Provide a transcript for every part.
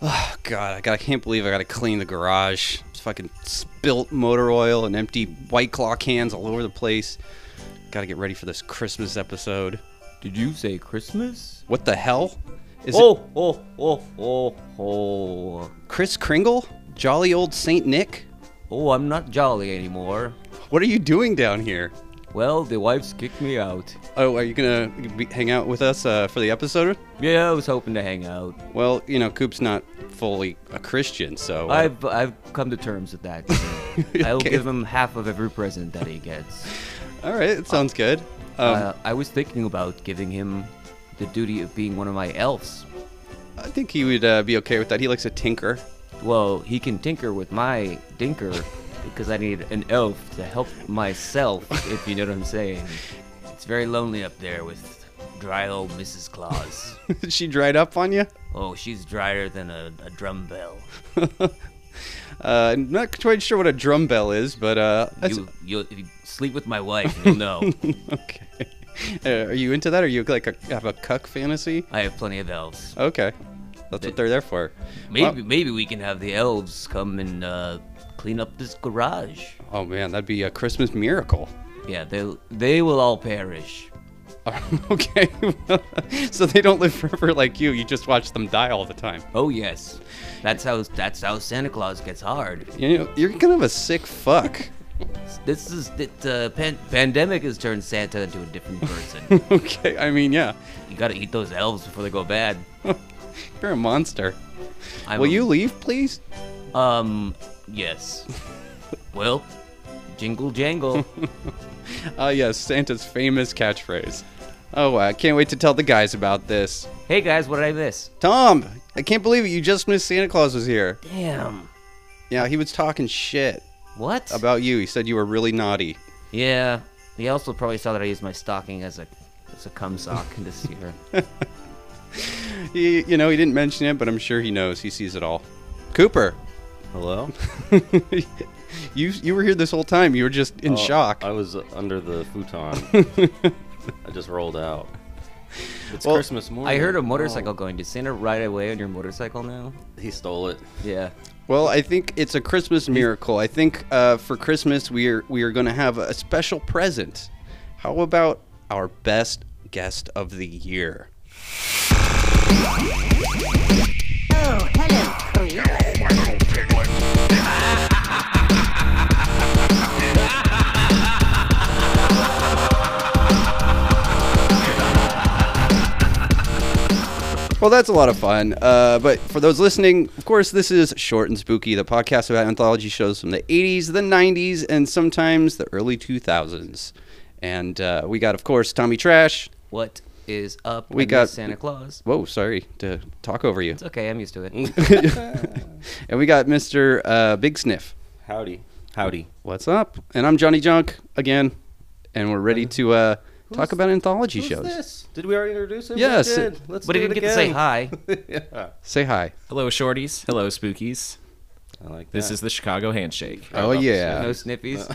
Oh, God, I, got, I can't believe I got to clean the garage. It's fucking spilt motor oil and empty White Claw cans all over the place. Got to get ready for this Christmas episode. Did you say Christmas? What the hell? Is it oh, oh, oh, oh, oh. Chris Kringle? Jolly old Saint Nick? Oh, I'm not jolly anymore. What are you doing down here? Well, the wife's kicked me out. Oh, are you gonna be, hang out with us uh, for the episode? Yeah, I was hoping to hang out. Well, you know, Coop's not fully a Christian, so uh, I've I've come to terms with that. I'll Okay. give him half of every present that he gets. all right, it sounds good. Um, uh, I was thinking about giving him the duty of being one of my elves. I think he would uh, be okay with that. He likes a tinker. Well, he can tinker with my dinker because I need an elf to help myself, if you know what I'm saying. It's very lonely up there with dry old Mrs. Claus. she dried up on you. oh, she's drier than a, a drum bell. uh, I'm Uh, not quite sure what a drum bell is, but uh, that's- You, you, if you sleep with my wife, you'll know. okay. Uh, are you into that? Are you like a, have a cuck fantasy? I have plenty of elves. Okay, that's what they're there for. Maybe, maybe we can have the elves come and uh, clean up this garage. Oh man, that'd be a Christmas miracle. Yeah, they they will all perish. okay, so they don't live forever like you. You just watch them die all the time. Oh yes, that's how that's how Santa Claus gets hard. You know, you're kind of a sick fuck. This is the uh, pan- pandemic has turned Santa into a different person. okay, I mean, yeah, you gotta eat those elves before they go bad. you're a monster. I'm Will a- you leave, please? Um, yes. well, jingle jangle. Ah, yes, Santa's famous catchphrase. Oh, I can't wait to tell the guys about this. hey guys, what did I miss? Tom, I can't believe it. You just missed Santa Claus was here. Damn. Yeah, he was talking shit What? about you. He said you were really naughty. yeah. He also probably saw that I used my stocking as a as a cum sock this year. He, you know, he didn't mention it, but I'm sure he knows. He sees it all. Cooper, Hello? you you were here this whole time. You were just in Oh, shock. I was under the futon. I just rolled out. It's Well, Christmas morning. I heard a motorcycle going. Did Santa ride away on your motorcycle now? Oh, he stole it. Yeah. Well, I think it's a Christmas miracle. I think uh, for Christmas we are we are going to have a special present. How about our best guest of the year? Oh, hello, Queen. Well, that's a lot of fun. Uh, but for those listening, of course, this is Short and Spooky, the podcast about anthology shows from the 80s, the 90s, and sometimes the early 2000s. And uh, we got, of course, Tommy Trash. What is up? We I miss got- Santa Claus. Whoa, sorry to talk over you. It's okay. I'm used to it. And we got Mr. Uh, Big Sniff. Howdy. Howdy. What's up? And I'm Johnny Junk again, and we're ready to uh, talk about anthology Who's shows. this? Did we already introduce him? Yes. We did. Let's But do he didn't it get to say again. hi. yeah. Say hi. Hello, shorties. Hello, spookies. I like This that. is the Chicago handshake. Oh about yeah. No sniffies.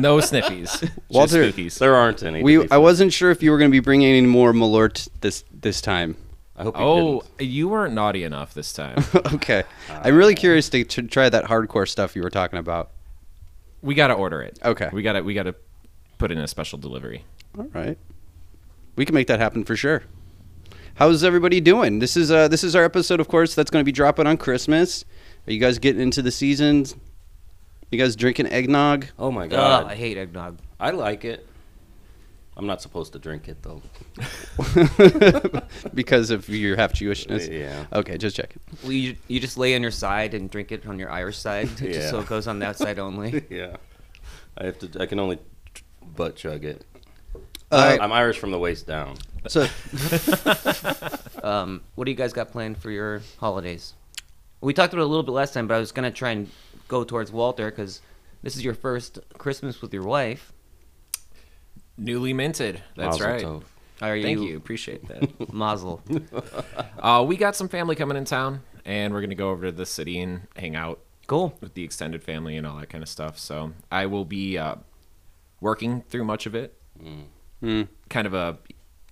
No sniffies. Walter, just spookies. There aren't any. to We be I fair. wasn't sure if you were going to be bringing any more Malort this this time. I hope you Oh, didn't. you weren't naughty enough this time. okay. I'm really curious to tr- try that hardcore stuff you were talking about. we gotta order it. Okay. We gotta we gotta put in a special delivery. All right. We can make that happen for sure. How's everybody doing? This is uh this is our episode of course that's going to be dropping on Christmas. Are you guys getting into the seasons? You guys drinking eggnog? Oh my god. Ugh, I hate eggnog. I like it. I'm not supposed to drink it though. because of your half Jewishness. Yeah. Okay, just checking. Well, you, you just lay on your side and drink it on your Irish side, just Yeah. so it goes on that side only. yeah. I have to. I can only tr- butt chug it. Uh, I'm Irish from the waist down. So Um, what do you guys got planned for your holidays? We talked about it a little bit last time, but I was gonna try and go towards Walter because this is your first Christmas with your wife. Newly minted. That's Mazel right. tov. Are Thank you. Appreciate that. Mazel. uh, we got some family coming in town, and we're gonna go over to the city and hang out cool. with the extended family and all that kind of stuff. So I will be uh, working through much of it. Mm. Kind of a,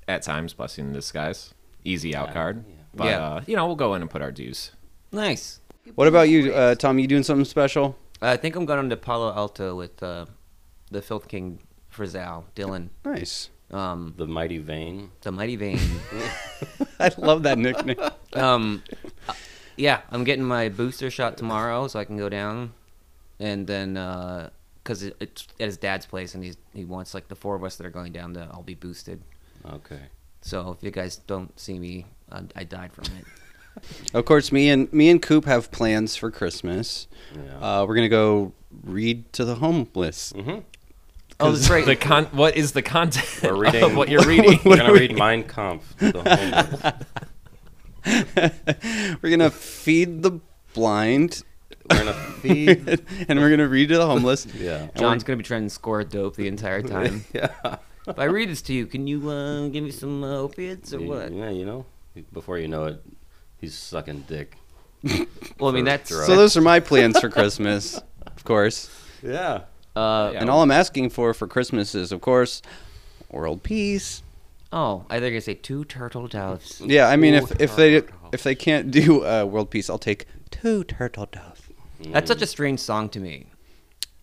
at times, blessing in disguise. Easy out card. But, Yeah. uh, you know, we'll go in and put our dues. Nice. What about you, uh, Tom? You doing something special? I think I'm going to Palo Alto with uh, the Filth King Frizzell, Dylan, Nice. um, The mighty vein. the Mighty Vein. I love that nickname. um, uh, yeah, I'm getting my booster shot tomorrow, so I can go down, and then because it, it's at his dad's place, and he he wants like the four of us that are going down to all be boosted. Okay. So if you guys don't see me, I, I died from it. Of course, me and me and Coop have plans for Christmas. Yeah. Uh, we're gonna go read to the homeless. oh, that's right. The con- what is the content We're reading of what you're reading? We're gonna read Mein Kampf. The homeless. Mm-hmm. We're gonna feed the blind, We're gonna feed. and we're gonna read to the homeless. Yeah. John's gonna be trying to score dope the entire time. If I read this to you, can you uh, give me some uh, opiates or You- what? Yeah, you know. Before you know it, he's sucking dick. Well, I mean For that's drugs. So those are my plans for Christmas, of course. Yeah. uh, Yeah. And all I'm asking for for Christmas is, of course, world peace. oh, I think I say two turtle doves. Yeah, I mean, Ooh, if if they turtle if they can't do uh, world peace, I'll take two turtle doves. That's such a strange song to me.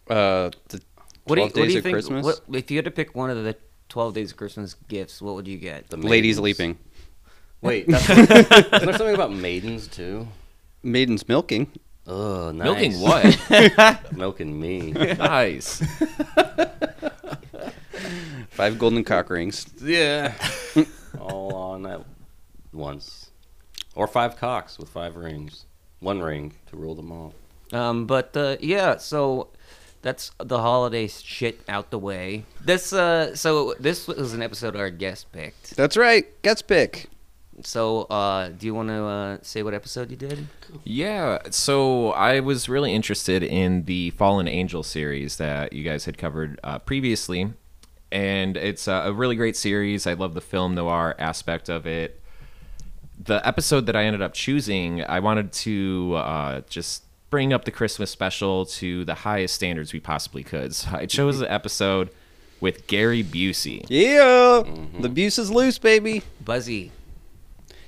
Uh, the What do 12 you, days what do you of think? Christmas? What, if you had to pick one of the twelve days of Christmas gifts, what would you get? The ladies maidens. leaping, Wait. That's, isn't there something about maidens too? maidens milking. Oh, nice. Milking what? Milking me. nice. Five golden cock rings. yeah. All on at once, or five cocks with five rings. One ring to rule them all. Um, but uh, yeah, so that's the holiday shit out the way. This uh, so this was an episode our guest picked. That's right. Gets pick. So uh, do you want to uh, say what episode you did? Yeah, so I was really interested in the Fallen Angel series that you guys had covered uh, previously, and it's uh, a really great series. I love the film noir aspect of it. The episode that I ended up choosing, I wanted to uh, just bring up the Christmas special to the highest standards we possibly could. So I chose the episode with Gary Busey. Yeah, the Buse is loose, baby. Buzzy.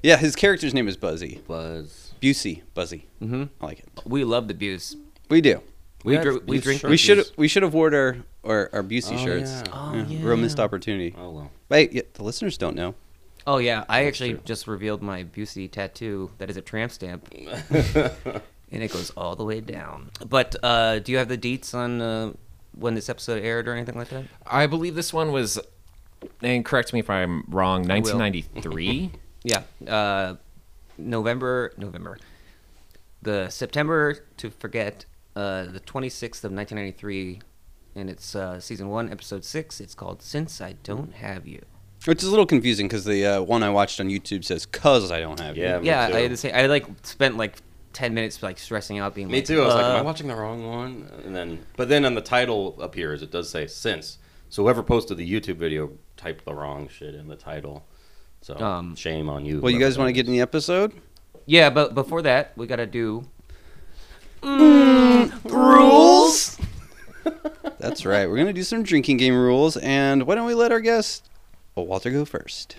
Yeah, his character's name is Buzzy. Buzz. Busey, Buzzy. Mm-hmm. I like it. We love the booze. We do. We, Yeah, dr- it's we these drink. shirts. We Turkeys. should we should have worn our our, our Busey Oh, shirts. yeah. Oh, Real yeah. missed opportunity. Oh well. Wait, yeah, the listeners don't know. Oh yeah, I actually true. just revealed my Busey tattoo that is a tramp stamp, and it goes all the way down. But uh, do you have the deets on uh, when this episode aired or anything like that? I believe this one was, and correct me if I'm wrong, will. 1993. Yeah, uh, November, November, the September to forget, uh, the twenty sixth of nineteen ninety three, and it's uh, season one, episode six. It's called "Since I Don't Have You." Which is a little confusing because the uh, one I watched on YouTube says "cause I don't have Yeah. you." me yeah, too. I had to say I like spent like ten minutes like stressing out, being Me like, too. I was like, am I "Uh, watching the wrong one? And then, but then on the title appears, it does say since. So whoever posted the YouTube video typed the wrong shit in the title. So Um, shame on you. Well, you whoever guys want to that get in is. the episode? Yeah, but before that, we gotta do. Rules. That's right. We're gonna do some drinking game rules, and why don't we let our guest Walter go first?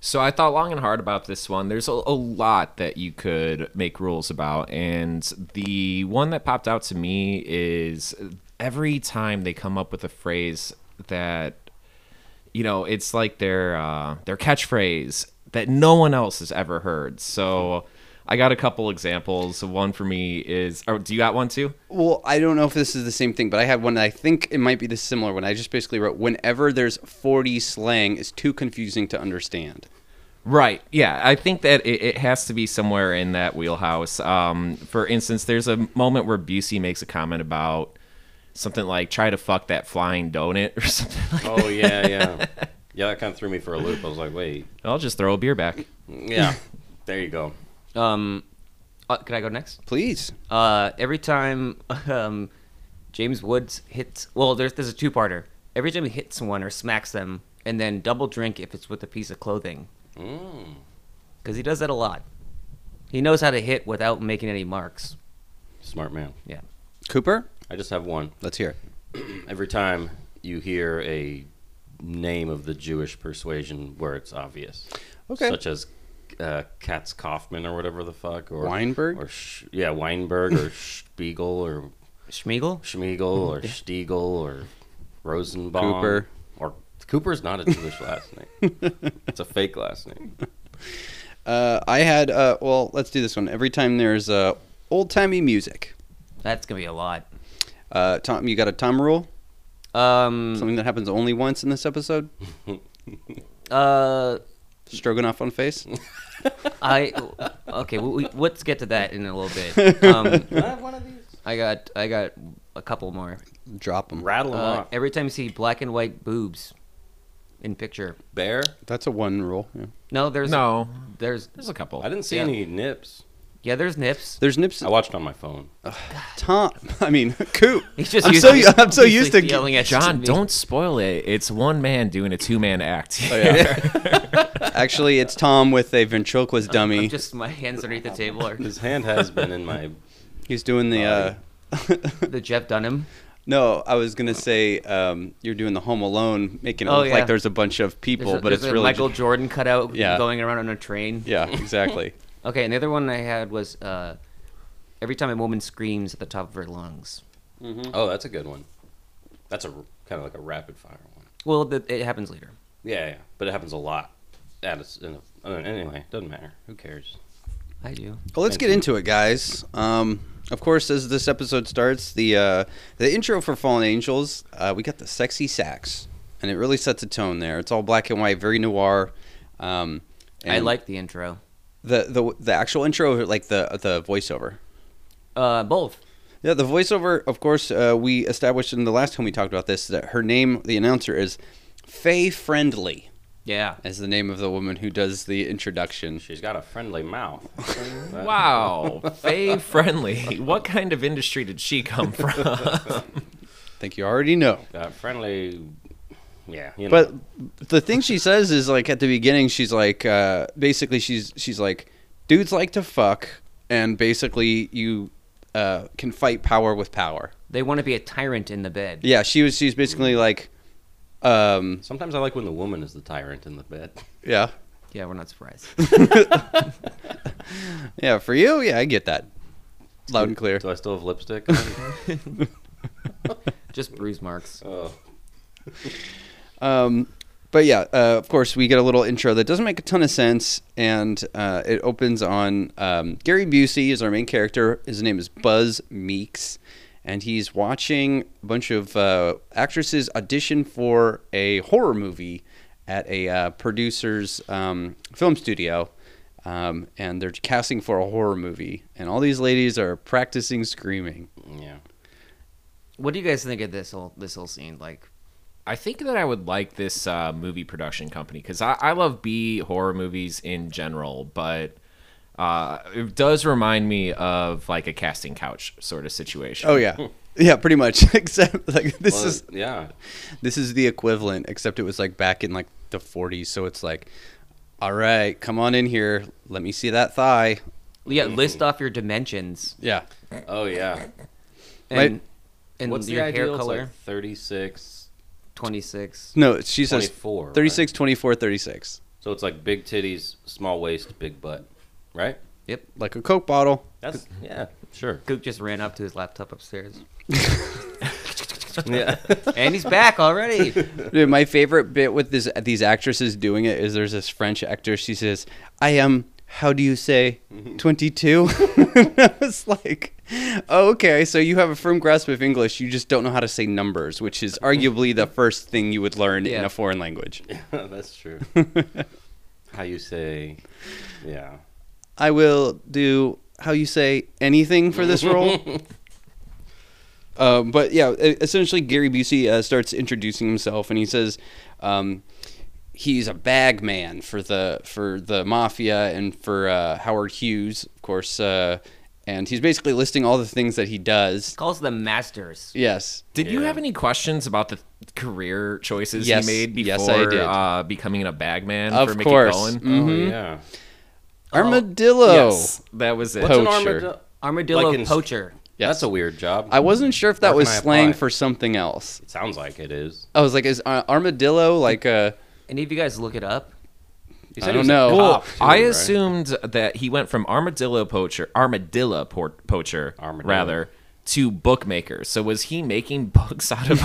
So I thought long and hard about this one. There's a, a lot that you could make rules about, and the one that popped out to me is every time they come up with a phrase that, you know, it's like their uh, their catchphrase that no one else has ever heard. So I got a couple examples. One for me is, oh, do you got one too? Well, I don't know if this is the same thing, but I had one that I think it might be the similar one. I just basically wrote, "Whenever there's 40 slang, is too confusing to understand." Right. Yeah. I think that it, it has to be somewhere in that wheelhouse. Um, for instance, there's a moment where Busey makes a comment about something like try to fuck that flying donut or something like that. Oh yeah, yeah, yeah. That kind of threw me for a loop. I was like, wait, I'll just throw a beer back. yeah. There you go. Um, uh, can I go next? Please. Uh, every time um, James Woods hits, well, there's there's a two-parter. Every time he hits one or smacks them, and then double drink if it's with a piece of clothing, Mm. because he does that a lot. He knows how to hit without making any marks. Smart man. Yeah. Cooper, I just have one. let's hear it. Every time you hear a name of the Jewish persuasion where it's obvious, Okay. such as uh, Katz Kaufman or whatever the fuck or Weinberg? or Sh- yeah Weinberg or Spiegel or Schmiegel? Schmiegel or Stiegel or Rosenbaum Cooper. or Cooper's not a Jewish last name. It's a fake last name. Uh, I had uh, well, let's do this one. Every time there's uh, old timey music, That's gonna be a lot. uh, Tom, you got a Tom rule? Um, Something that happens only once in this episode? uh, Stroganoff on face. I okay. We, we, let's get to that in a little bit. Um, Can I have one of these? I got I got a couple more. Drop them. Rattle them Uh, off. every time you see black and white boobs in picture, Bear. That's a one rule. Yeah. no, there's No, there's there's a couple. I didn't see Yeah. any nips. yeah, there's nips. There's nips. I watched on my phone. Tom. I mean, Coop. He's just I'm used so to, u- I'm so he's used like to- yelling at John, me. don't spoil it. It's one man doing a two man act. Oh, Oh, Actually, it's Tom with a ventriloquist dummy. I'm just my hands underneath the table are His hand has been in my. He's doing the. Uh, the Jeff Dunham. no, I was gonna say um, you're doing the Home Alone, making it Oh, look yeah. like there's a bunch of people, There's a, but there's it's a really Michael Jordan cutout Yeah. going around on a train. yeah, exactly. Okay, and the other one I had was uh, every time a woman screams at the top of her lungs. Oh, that's a good one. That's a kind of like a rapid fire one. Well, th- it happens later. Yeah, yeah, but it happens a lot. At a, in a, uh, anyway, doesn't matter. Who cares? I do. Well, let's Thank get you. into it, guys. Um, of course, as this episode starts, the uh, the intro for Fallen Angels, uh, we got the sexy sax, and it really sets a tone there. It's all black and white, very noir. Um, I and like the intro. the, the the actual intro, like the the voiceover. Uh, both. Yeah, the voiceover. Of course, uh, we established in the last time we talked about this that her name, the announcer, is Faye Friendly, Yeah. as the name of the woman who does the introduction. She's got a friendly mouth. That- Wow, Faye Friendly. What kind of industry did she come from? I think you already know. Got friendly. Yeah, you know. But the thing she says is like at the beginning, she's like, uh, basically, she's she's like, dudes like to fuck, and basically, you uh, can fight power with power. They want to be a tyrant in the bed. Yeah, she was. She's basically like, um, sometimes I like when the woman is the tyrant in the bed. yeah, Yeah, we're not surprised. yeah. For you, yeah, I get that, loud and clear. Do I still have lipstick? on? Just bruise marks. oh, Um, but yeah, uh, of course, we get a little intro that doesn't make a ton of sense, and uh, it opens on um, Gary Busey is our main character. His name is Buzz Meeks, and he's watching a bunch of uh, actresses audition for a horror movie at a uh, producer's um, film studio. Um, and they're casting for a horror movie, and all these ladies are practicing screaming. yeah. What do you guys think of this whole this whole scene? Like, I think that I would like this uh, movie production company because I, I love B horror movies in general, but uh, it does remind me of like a casting couch sort of situation. Oh yeah, yeah, pretty much. Except like this Well, is yeah. This is the equivalent, except it was like back in like the 40s. So it's like, all right, come on in here. Let me see that thigh. yeah, Mm-hmm. list off your dimensions Yeah. Oh yeah. My- and and What's your the ideal? hair It's color. Like Thirty-six, Twenty six. No, she says 24. right? 36, 24, 36. So it's like big titties, small waist, big butt, right? Yep. Like a Coke bottle. That's yeah, sure. Gook just ran up to his laptop upstairs, Yeah. and he's back already. Dude, my favorite bit with this, these actresses doing it is there's this French actor. She says, I am, how do you say, 22? I was like, oh, okay. So you have a firm grasp of English. You just don't know how to say numbers, which is arguably the first thing you would learn in Yeah. a foreign language. That's true. How you say? Yeah. I will do how you say anything for this role. um, but yeah, e- essentially Gary Busey uh, starts introducing himself, and he says um, he's a bag man for the for the mafia and for uh, Howard Hughes, of course. Uh, and he's basically listing all the things that he does. Calls them masters. Yes, Did you Yeah. have any questions about the career choices Yes. he made before Yes, I did. Uh, becoming a bagman Of for Mickey course. Mm-hmm. Cohen? Oh. Oh yeah. armadillo. Yes, that was it. What's an It's an Poacher. armadillo. Armadillo Like in- poacher. Yes. That's a weird job. I wasn't sure if that Where was can I slang apply? for something else. It sounds like it is. I was like, is uh, armadillo like a Any of you guys look it up? He said I he don't was a know. cop, too, I right? assumed that he went from armadillo poacher, armadillo por- poacher, Armadillo. rather, to bookmaker. So was he making books out of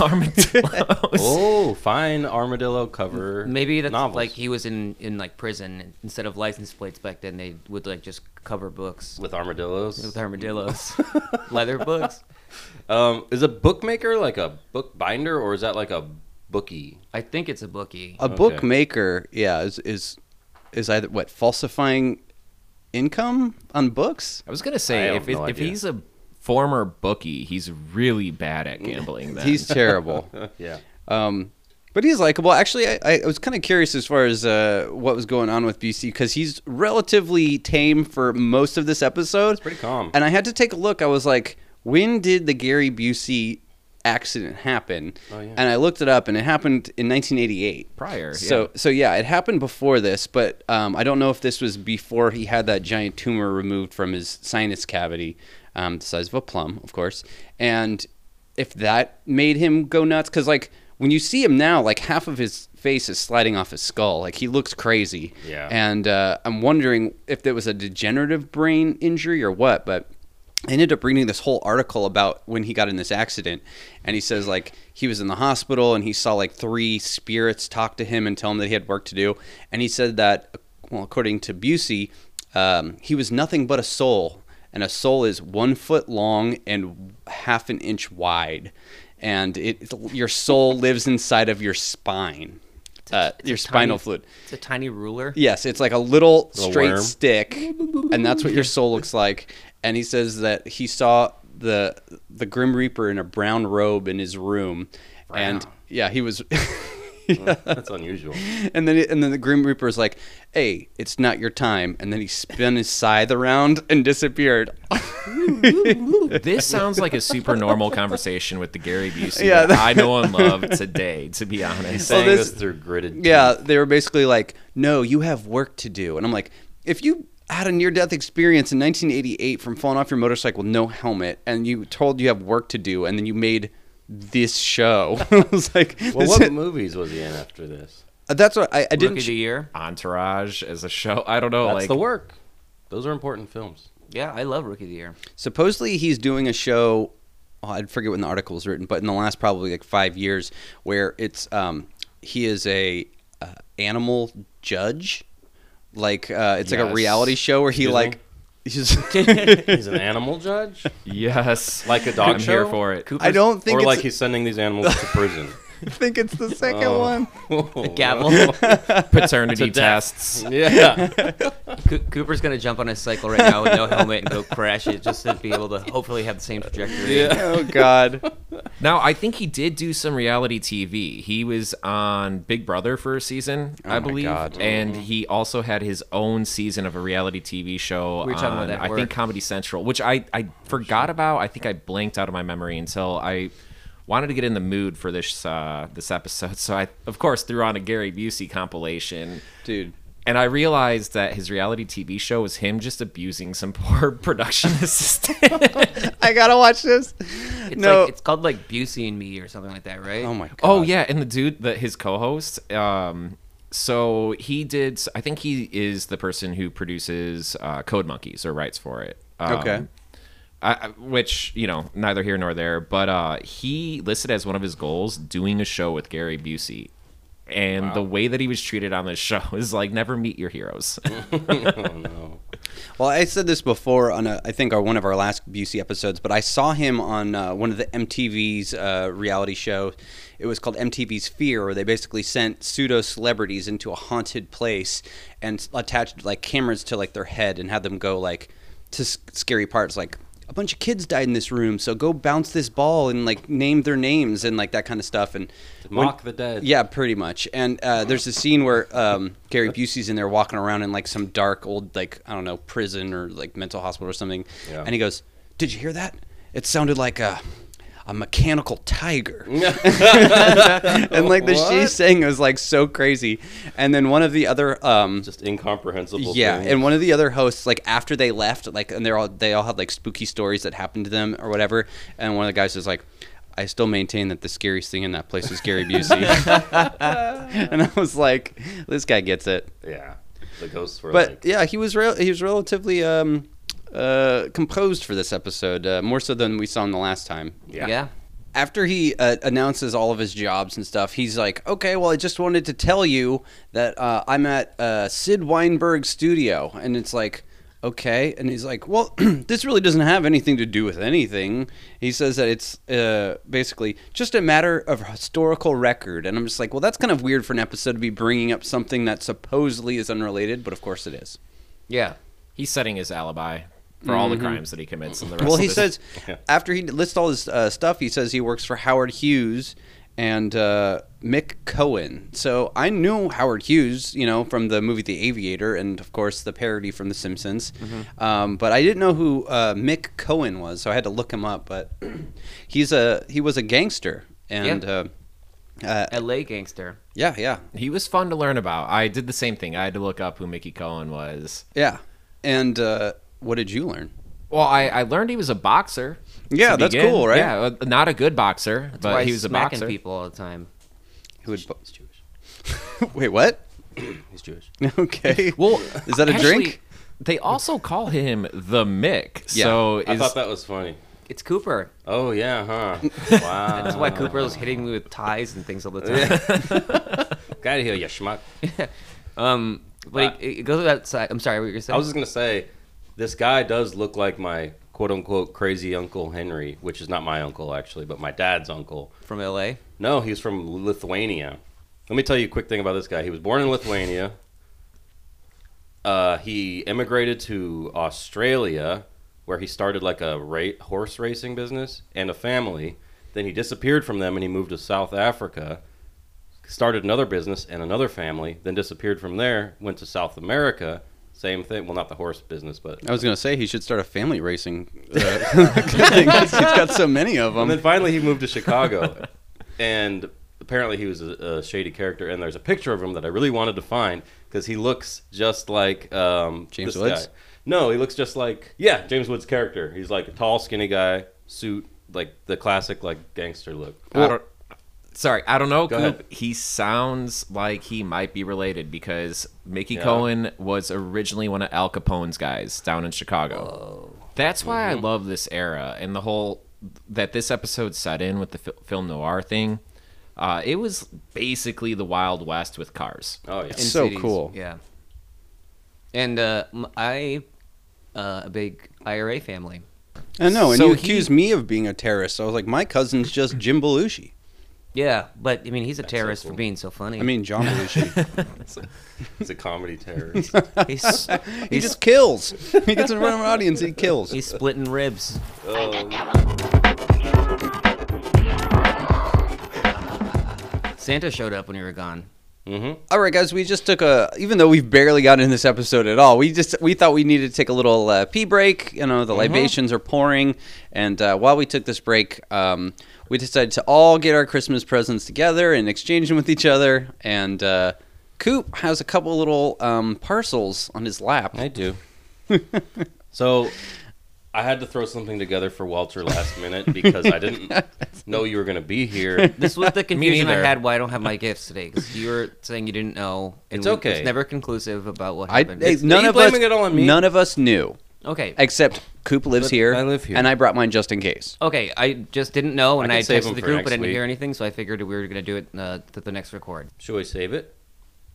armadillos? Oh, fine armadillo cover. Maybe that's novels. like he was in in like prison and instead of license plates back then. They would like just cover books with armadillos. with armadillos, leather books. Um, is a bookmaker like a book binder, or is that like a bookie? I think it's a bookie. A Okay. bookmaker, yeah, is is is either what falsifying income on books. I was gonna say I if have no it, if idea. he's a former bookie, he's really bad at gambling. Then He's terrible. Yeah. Um, but he's likable. Actually, I, I was kind of curious as far as uh, what was going on with BC because he's relatively tame for most of this episode. Pretty calm. And I had to take a look. I was like, when did the Gary Busey accident happen? Oh, yeah. And I looked it up, and it happened in 1988. Prior, yeah. So, so yeah, it happened before this, but um, I don't know if this was before he had that giant tumor removed from his sinus cavity, um, the size of a plum, of course. And if that made him go nuts, because like when you see him now, like half of his face is sliding off his skull, like he looks crazy. Yeah. And uh, I'm wondering if there was a degenerative brain injury or what, but I ended up reading this whole article about when he got in this accident. And he says, like, he was in the hospital and he saw, like, three spirits talk to him and tell him that he had work to do. And he said that, well, according to Busey, um, he was nothing but a soul. And a soul is one foot long and half an inch wide. And it, your soul lives inside of your spine, uh, It's a your spinal tiny- fluid. It's a tiny ruler. Yes, it's like a little, Little straight worm. stick, and that's what your soul looks like. And he says that he saw the the Grim Reaper in a brown robe in his room, and Brown. yeah, he was. That's unusual. and then and then the Grim Reaper is like, "Hey, it's not your time." And then he spun his scythe around and disappeared. this sounds like a super normal conversation with the Gary Busey Yeah, that I know and love today. To be honest, Saying this- this, through gritted. Yeah, teeth. they were basically like, "No, you have work to do." And I'm like, "If you had a near-death experience in 1988 from falling off your motorcycle, no helmet, and you told you have work to do, and then you made this show." I was like, Well, this- what movies was he in after this? "That's what I, I Rookie didn't." of the year. Entourage as a show. I don't know. That's like the work. Those are important films. Yeah, I love Rookie of the Year. supposedly, he's doing a show. Oh, I forget when the article was written, but in the last probably like five years, where it's um, he is a uh, animal judge, like uh, it's like a Yes. reality show where he Excuse like. me? He's, He's an animal judge, Yes, like a dog I'm show, here for it. I don't think or it's, like he's sending these animals to prison. think it's the second Oh. one. Gavel. Paternity tests. yeah. Co- Cooper's gonna jump on his cycle right now with no helmet and go crash it just to be able to hopefully have the same trajectory. Yeah. Oh God. Now, I think he did do some reality TV. He was on Big Brother for a season, I my Oh believe, God. and he also had his own season of a reality TV show We were talking about on, that I work. think Comedy Central, which I I forgot about. I think I blanked out of my memory until I wanted to get in the mood for this uh, this episode. So I of course threw on a Gary Busey compilation. Dude. And I realized that his reality TV show was him just abusing some poor production assistant. I gotta watch this. It's no. like it's called like Busey and Me or something like that, right? oh my God. Oh yeah, and the dude that his co-host. Um, so he did. I think he is the person who produces uh, Code Monkeys or writes for it. Um, Okay. I, I- which you know, neither here nor there. But uh, he listed as one of his goals doing a show with Gary Busey. And the way that he was treated on this show is like never meet your heroes. Well, I said this before on a, I think our, one of our last Busey episodes, but I saw him on uh, one of the MTV's uh, reality show. It was called MTV's Fear, where they basically sent pseudo celebrities into a haunted place and s- attached like cameras to like their head and had them go like to s- scary parts, like a bunch of kids died in this room, so go bounce this ball and like name their names and like that kind of stuff. And Mock the dead. yeah, pretty much. And uh, there's a scene where um, Gary Busey's in there walking around in like some dark old like I don't know prison or like mental hospital or something, Yeah. and he goes, "Did you hear that? It sounded like a a mechanical tiger." and like the shit he What? sang was like so crazy. And then one of the other um, Just incomprehensible. yeah, things. and one of the other hosts, like after they left, like and they're all they all had like spooky stories that happened to them or whatever. And one of the guys was like, "I still maintain that the scariest thing in that place was Gary Busey." and I was like, "This guy gets it." Yeah. the ghosts were but like, yeah, he was rel he was relatively um, uh, composed for this episode, uh, more so than we saw in the last time. yeah. yeah. After he uh, announces all of his jobs and stuff, he's like, "Okay, well, I just wanted to tell you that uh, I'm at uh, Sid Weinberg Studio," and it's like. Okay, and he's like, "Well, this really doesn't have anything to do with anything." He says that it's uh, basically just a matter of historical record, and I'm just like, "Well, that's kind of weird for an episode to be bringing up something that supposedly is unrelated, but of course it is." Yeah. He's setting his alibi for all the crimes that he commits in the rest Mm-hmm. Well, of he his- says Yeah. after he lists all his uh, stuff, he says he works for Howard Hughes and uh, Mick Cohen. So I knew Howard Hughes, you know, from the movie The Aviator, and of course the parody from The Simpsons. Mm-hmm. Um, but I didn't know who uh, Mick Cohen was, so I had to look him up. But he's a he was a gangster, and Yeah. Uh, uh, LA gangster. yeah, yeah, He was fun to learn about. I did the same thing. I had to look up who Mickey Cohen was. yeah. And uh, what did you learn? Well, I, I learned he was a boxer. Yeah, to that's cool, right? Yeah, uh, not a good boxer, That's why but he he's was a smacking boxer. people all the time. Who would He's Jewish. wait? What? He's Jewish. okay. Well, Is that a actually, drink? They also call him the Mick. Yeah. So I is, thought that was funny. It's Cooper. Oh yeah, huh? Wow. That's why Cooper was hitting me with ties and things all the time. Gotta heal you, schmuck. Um, but it, it goes outside. I'm sorry, what were you gonna say? I was just gonna say, this guy does look like my quote unquote crazy uncle Henry, which is not my uncle actually, but my dad's uncle. from LA. No, he's from Lithuania. Let me tell you a quick thing about this guy. He was born in Lithuania. Uh, he immigrated to Australia, where he started like a ra- horse racing business and a family. Then he disappeared from them and he moved to South Africa, started another business and another family, then disappeared from there, went to South America. Same thing. Well, not the horse business, but. I was gonna say he should start a family racing. Uh, thing. he's got so many of And then them. finally he moved to Chicago. and apparently he was a, a shady character. And there's a picture of him that I really wanted to find because he looks just like um, James this Woods? guy. No, he looks just like yeah, James Woods' character. He's like a tall, skinny guy, suit, like the classic like gangster look. Oh, I don't, sorry, I don't know. Go Coop. ahead. He sounds like he might be related because Mickey Yeah. Cohen was originally one of Al Capone's guys down in Chicago. That's why I love this era and the whole that this episode set in with the fi- film noir thing. Uh, it was basically the Wild West with cars. Oh yeah, In So cool. Yeah. And uh, m- I, uh, a big IRA family. I know, and So you he- accused me of being a terrorist. I was like, my cousin's just Jim Belushi. Yeah, but I mean, he's a so terrorist cool. for being so funny. I mean, John Belushi. he's a comedy terrorist. he's he just kills. He gets in front of an audience. He kills. he's splitting ribs. Santa showed up when you were gone. All right, guys, we just took a. Even though we've barely gotten in this episode at all, we just we thought we needed to take a little uh, pee break. You know, the Mm-hmm. libations are pouring, and uh, while we took this break, um, we decided to all get our Christmas presents together and exchange them with each other. And uh, Coop has a couple little um, parcels on his lap. I do. so I had to throw something together for Walter last minute because I didn't know you were going to be here. This was the confusion I neither. had why I don't have my gifts today. Because you were saying you didn't know. And It's we- okay. It's never conclusive about what I, happened. hey, none you of us. blaming it all on me? None of us knew, okay. except Coop lives But here. I live here. and I brought mine just in case. Okay, I just didn't know, and I can I, save texted them the for group, next but I didn't week. hear anything, so I figured we were gonna do it uh, to the next record. Should we save it?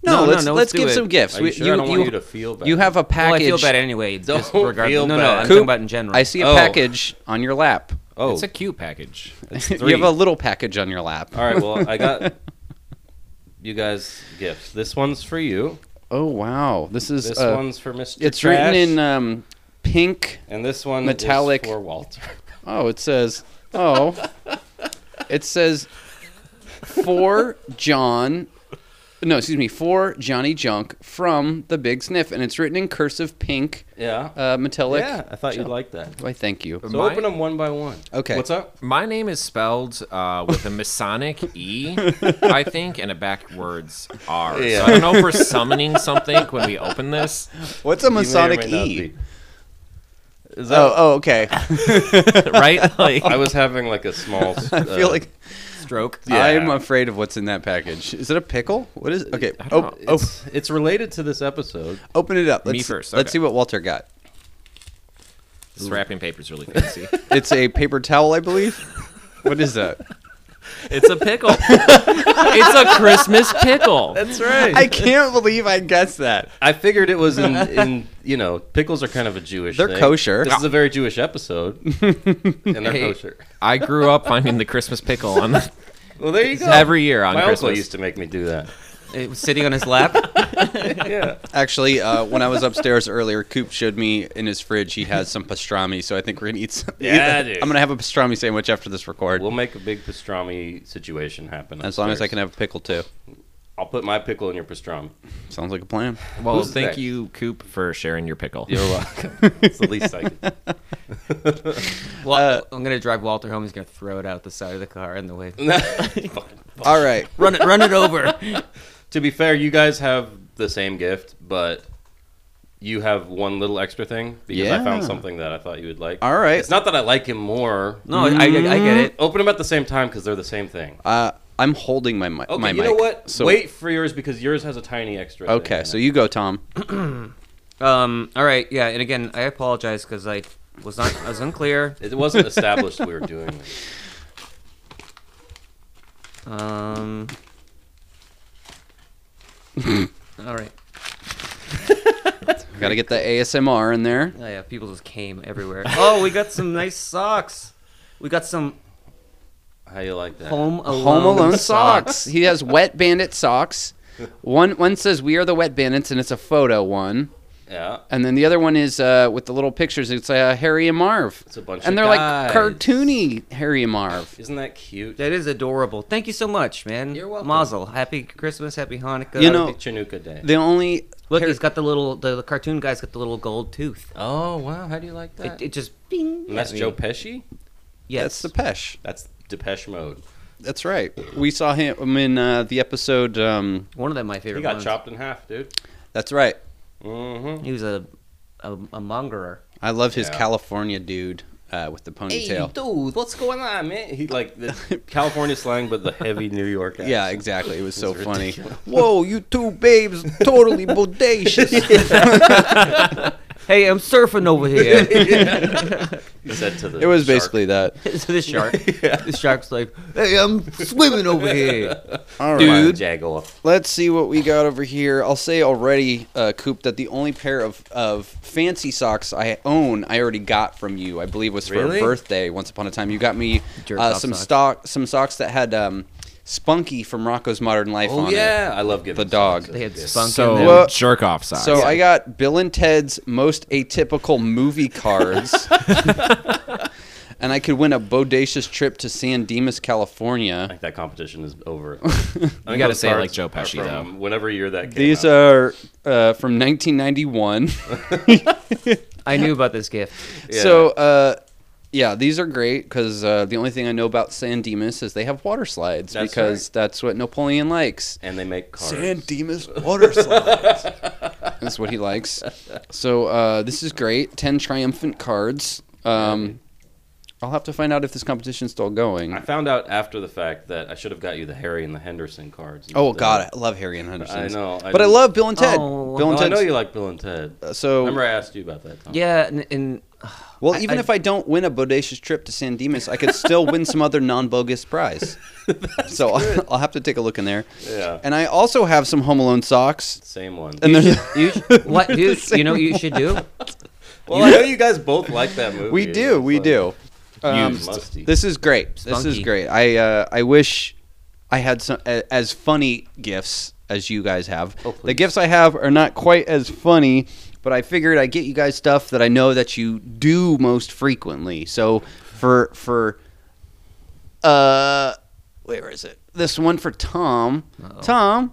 No, No, no, let's no, let's let's do give it. some gifts. Are you We- sure? I don't want you to feel bad. you have a package. Well, I feel bad anyway. Just Don't regard- feel no, no, bad. I'm Coop, talking about in general. I see a Oh. package on your lap. Oh, It's a cute package. you have a little package on your lap. All right. Well, I got you guys gifts. This one's for you. Oh wow, this is This uh, one's for Mr. it's Trash, written in um, pink. and this one metallic- is for Walter. Oh, it says oh, it says for John. No, excuse me, for Johnny Junk from the Big Sniff, and it's written in cursive pink, Yeah. uh, metallic. yeah. I thought you'd like that. Why, thank you. So Mine- open them one by one. Okay. What's up? My name is spelled uh, with a Masonic E, I think, and a backwards R. So Yeah. I don't know if we're summoning something when we open this. What's a You may or Masonic may not E? be. Is that, Oh, oh, okay. right? Like I was having like a small. I feel uh, like stroke. yeah. I'm afraid of what's in that package. Is it a pickle? What is? Okay, oh, oh, it's, it's related to this episode. open it up. Me Let's, first, Let's okay. see what Walter got. This wrapping paper's really fancy. It's a paper towel, I believe. What is that? it's a pickle. it's a Christmas pickle. That's right. I can't believe I guessed that. I figured it was in, in you know pickles are kind of a Jewish. They're thing. kosher. This is a very Jewish episode, and they're Hey. kosher. I grew up finding the Christmas pickle on the, Well, there you go. every year on my uncle Christmas. used to make me do that. It was sitting on his lap. Uh, yeah, Actually, uh, when I was upstairs earlier, Coop showed me in his fridge he has some pastrami, so I think we're gonna eat some. Yeah, dude. I'm gonna have a pastrami sandwich after this record, we'll make a big pastrami situation happen. as long as I upstairs. can have a pickle too. I'll put my pickle in your pastrami. Sounds like a plan. Well, Who's thank next? you, Coop, for sharing your pickle. You're welcome. it's the least I can. Well, I'm gonna drive Walter home. He's gonna throw it out the side of the car on the way. All right. Run it, run it over. to be fair, you guys have the same gift, but you have one little extra thing because I found Yeah. something that I thought you would like. All right. It's not that I like him more. No, Oh, I, I, I get it. Open them at the same time because they're the same thing. Uh, I'm holding my mic. Okay, my you mic. know what? So, Wait for yours because yours has a tiny extra. thing in Okay, it. so you go, Tom. Um. All right. Yeah. And again, I apologize because I was not. I was unclear. it wasn't established we were doing. This. Um. all right. Got to get the ASMR in there. Oh, yeah. People just came everywhere. Oh, we got some nice socks. We got some How you like that? home alone. Home Alone socks. He has Wet Bandit socks. One one says "We are the Wet Bandits" and it's a photo one, Yeah, and then the other one is uh, with the little pictures. It's uh, Harry and Marv, it's a bunch. and of they're like guys. cartoony Harry and Marv. Isn't that cute? That is adorable. Thank you so much, man. You're welcome. Mazel. Happy Christmas. Happy Hanukkah. You know- Happy Chanukah Day. The only look, he's got the little. The, the cartoon guy's got the little gold tooth. oh wow, how do you like It, it just bing. and that's at me. Joe Pesci. that's Yes. the Pesh. That's Depeche Mode. That's right. We saw him in uh, the episode. Um, One of them, my favorite. He got ones. chopped in half, dude. that's right. Mm-hmm. He was a a, a mongerer. I love his Yeah. California dude uh, with the ponytail. dude, what's going on, man? He like the California slang, but the heavy New York. Accent. yeah, exactly. It was so It's funny. ridiculous. Whoa, you two babes, totally bodacious. Hey, I'm surfing over here. He said to the. It was shark. basically that. so the shark, the shark's like, "Hey, I'm swimming over here." All right. Come on, Jaguar. Let's see what we got over here. I'll say already, uh, Coop, that the only pair of, of fancy socks I own, I already got from you. I believe was for Really? a birthday once upon a time. You got me Jerk uh, off some socks. stock, some socks that had um, Spunky from Rocco's Modern Life Oh on it. yeah, I love giving The dog. socks as They had gifts. spunk So in them. Well- jerk off socks. So I got Bill and Ted's most atypical movie cards, and I could win a bodacious trip to San Dimas, I California. think that competition is over. I think gotta those say it like cards Joe are Pesci, from Whenever year that came These out. are uh, from 1991. I knew about this gift. Yeah. So, uh, yeah, these are great because uh, the only thing I know about San Dimas is they have water slides That's because that's what Napoleon likes. and they make cards. San Dimas water slides. that's what he likes. So uh, this is great. Ten triumphant cards. Um, I'll have to find out if this competition's still going. I found out after the fact that I should have got you the Harry and the Henderson cards. Oh instead. God, I love Harry and Henderson. I know. but I didn't- love Bill and Ted. Oh. Bill and No, I Ted. know you like Bill and Ted. so Remember, I asked you about that. Tom. Yeah, and, and well, I- even I- if I don't win a bodacious trip to San Dimas, I could still win some other non-bogus prize. so I'll, I'll have to take a look in there. Yeah. And I also have some Home Alone socks. Same one. And there's, you, sh- what, dude? You know what you should do? well, I know you guys both like that movie. we do, It's we like- do. Um, Used. Musty. This is great. This is Spunky. great. I uh, I wish I had some a, as funny gifts as you guys have. Oh, the please. gifts I have are not quite as funny, but I figured I get you guys stuff that I know that you do most frequently. So for for uh where is it? This one for Tom. Uh-oh. Tom,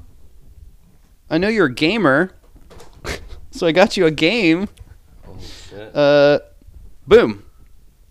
I know you're a gamer. So I got you a game. Oh, shit. Uh boom.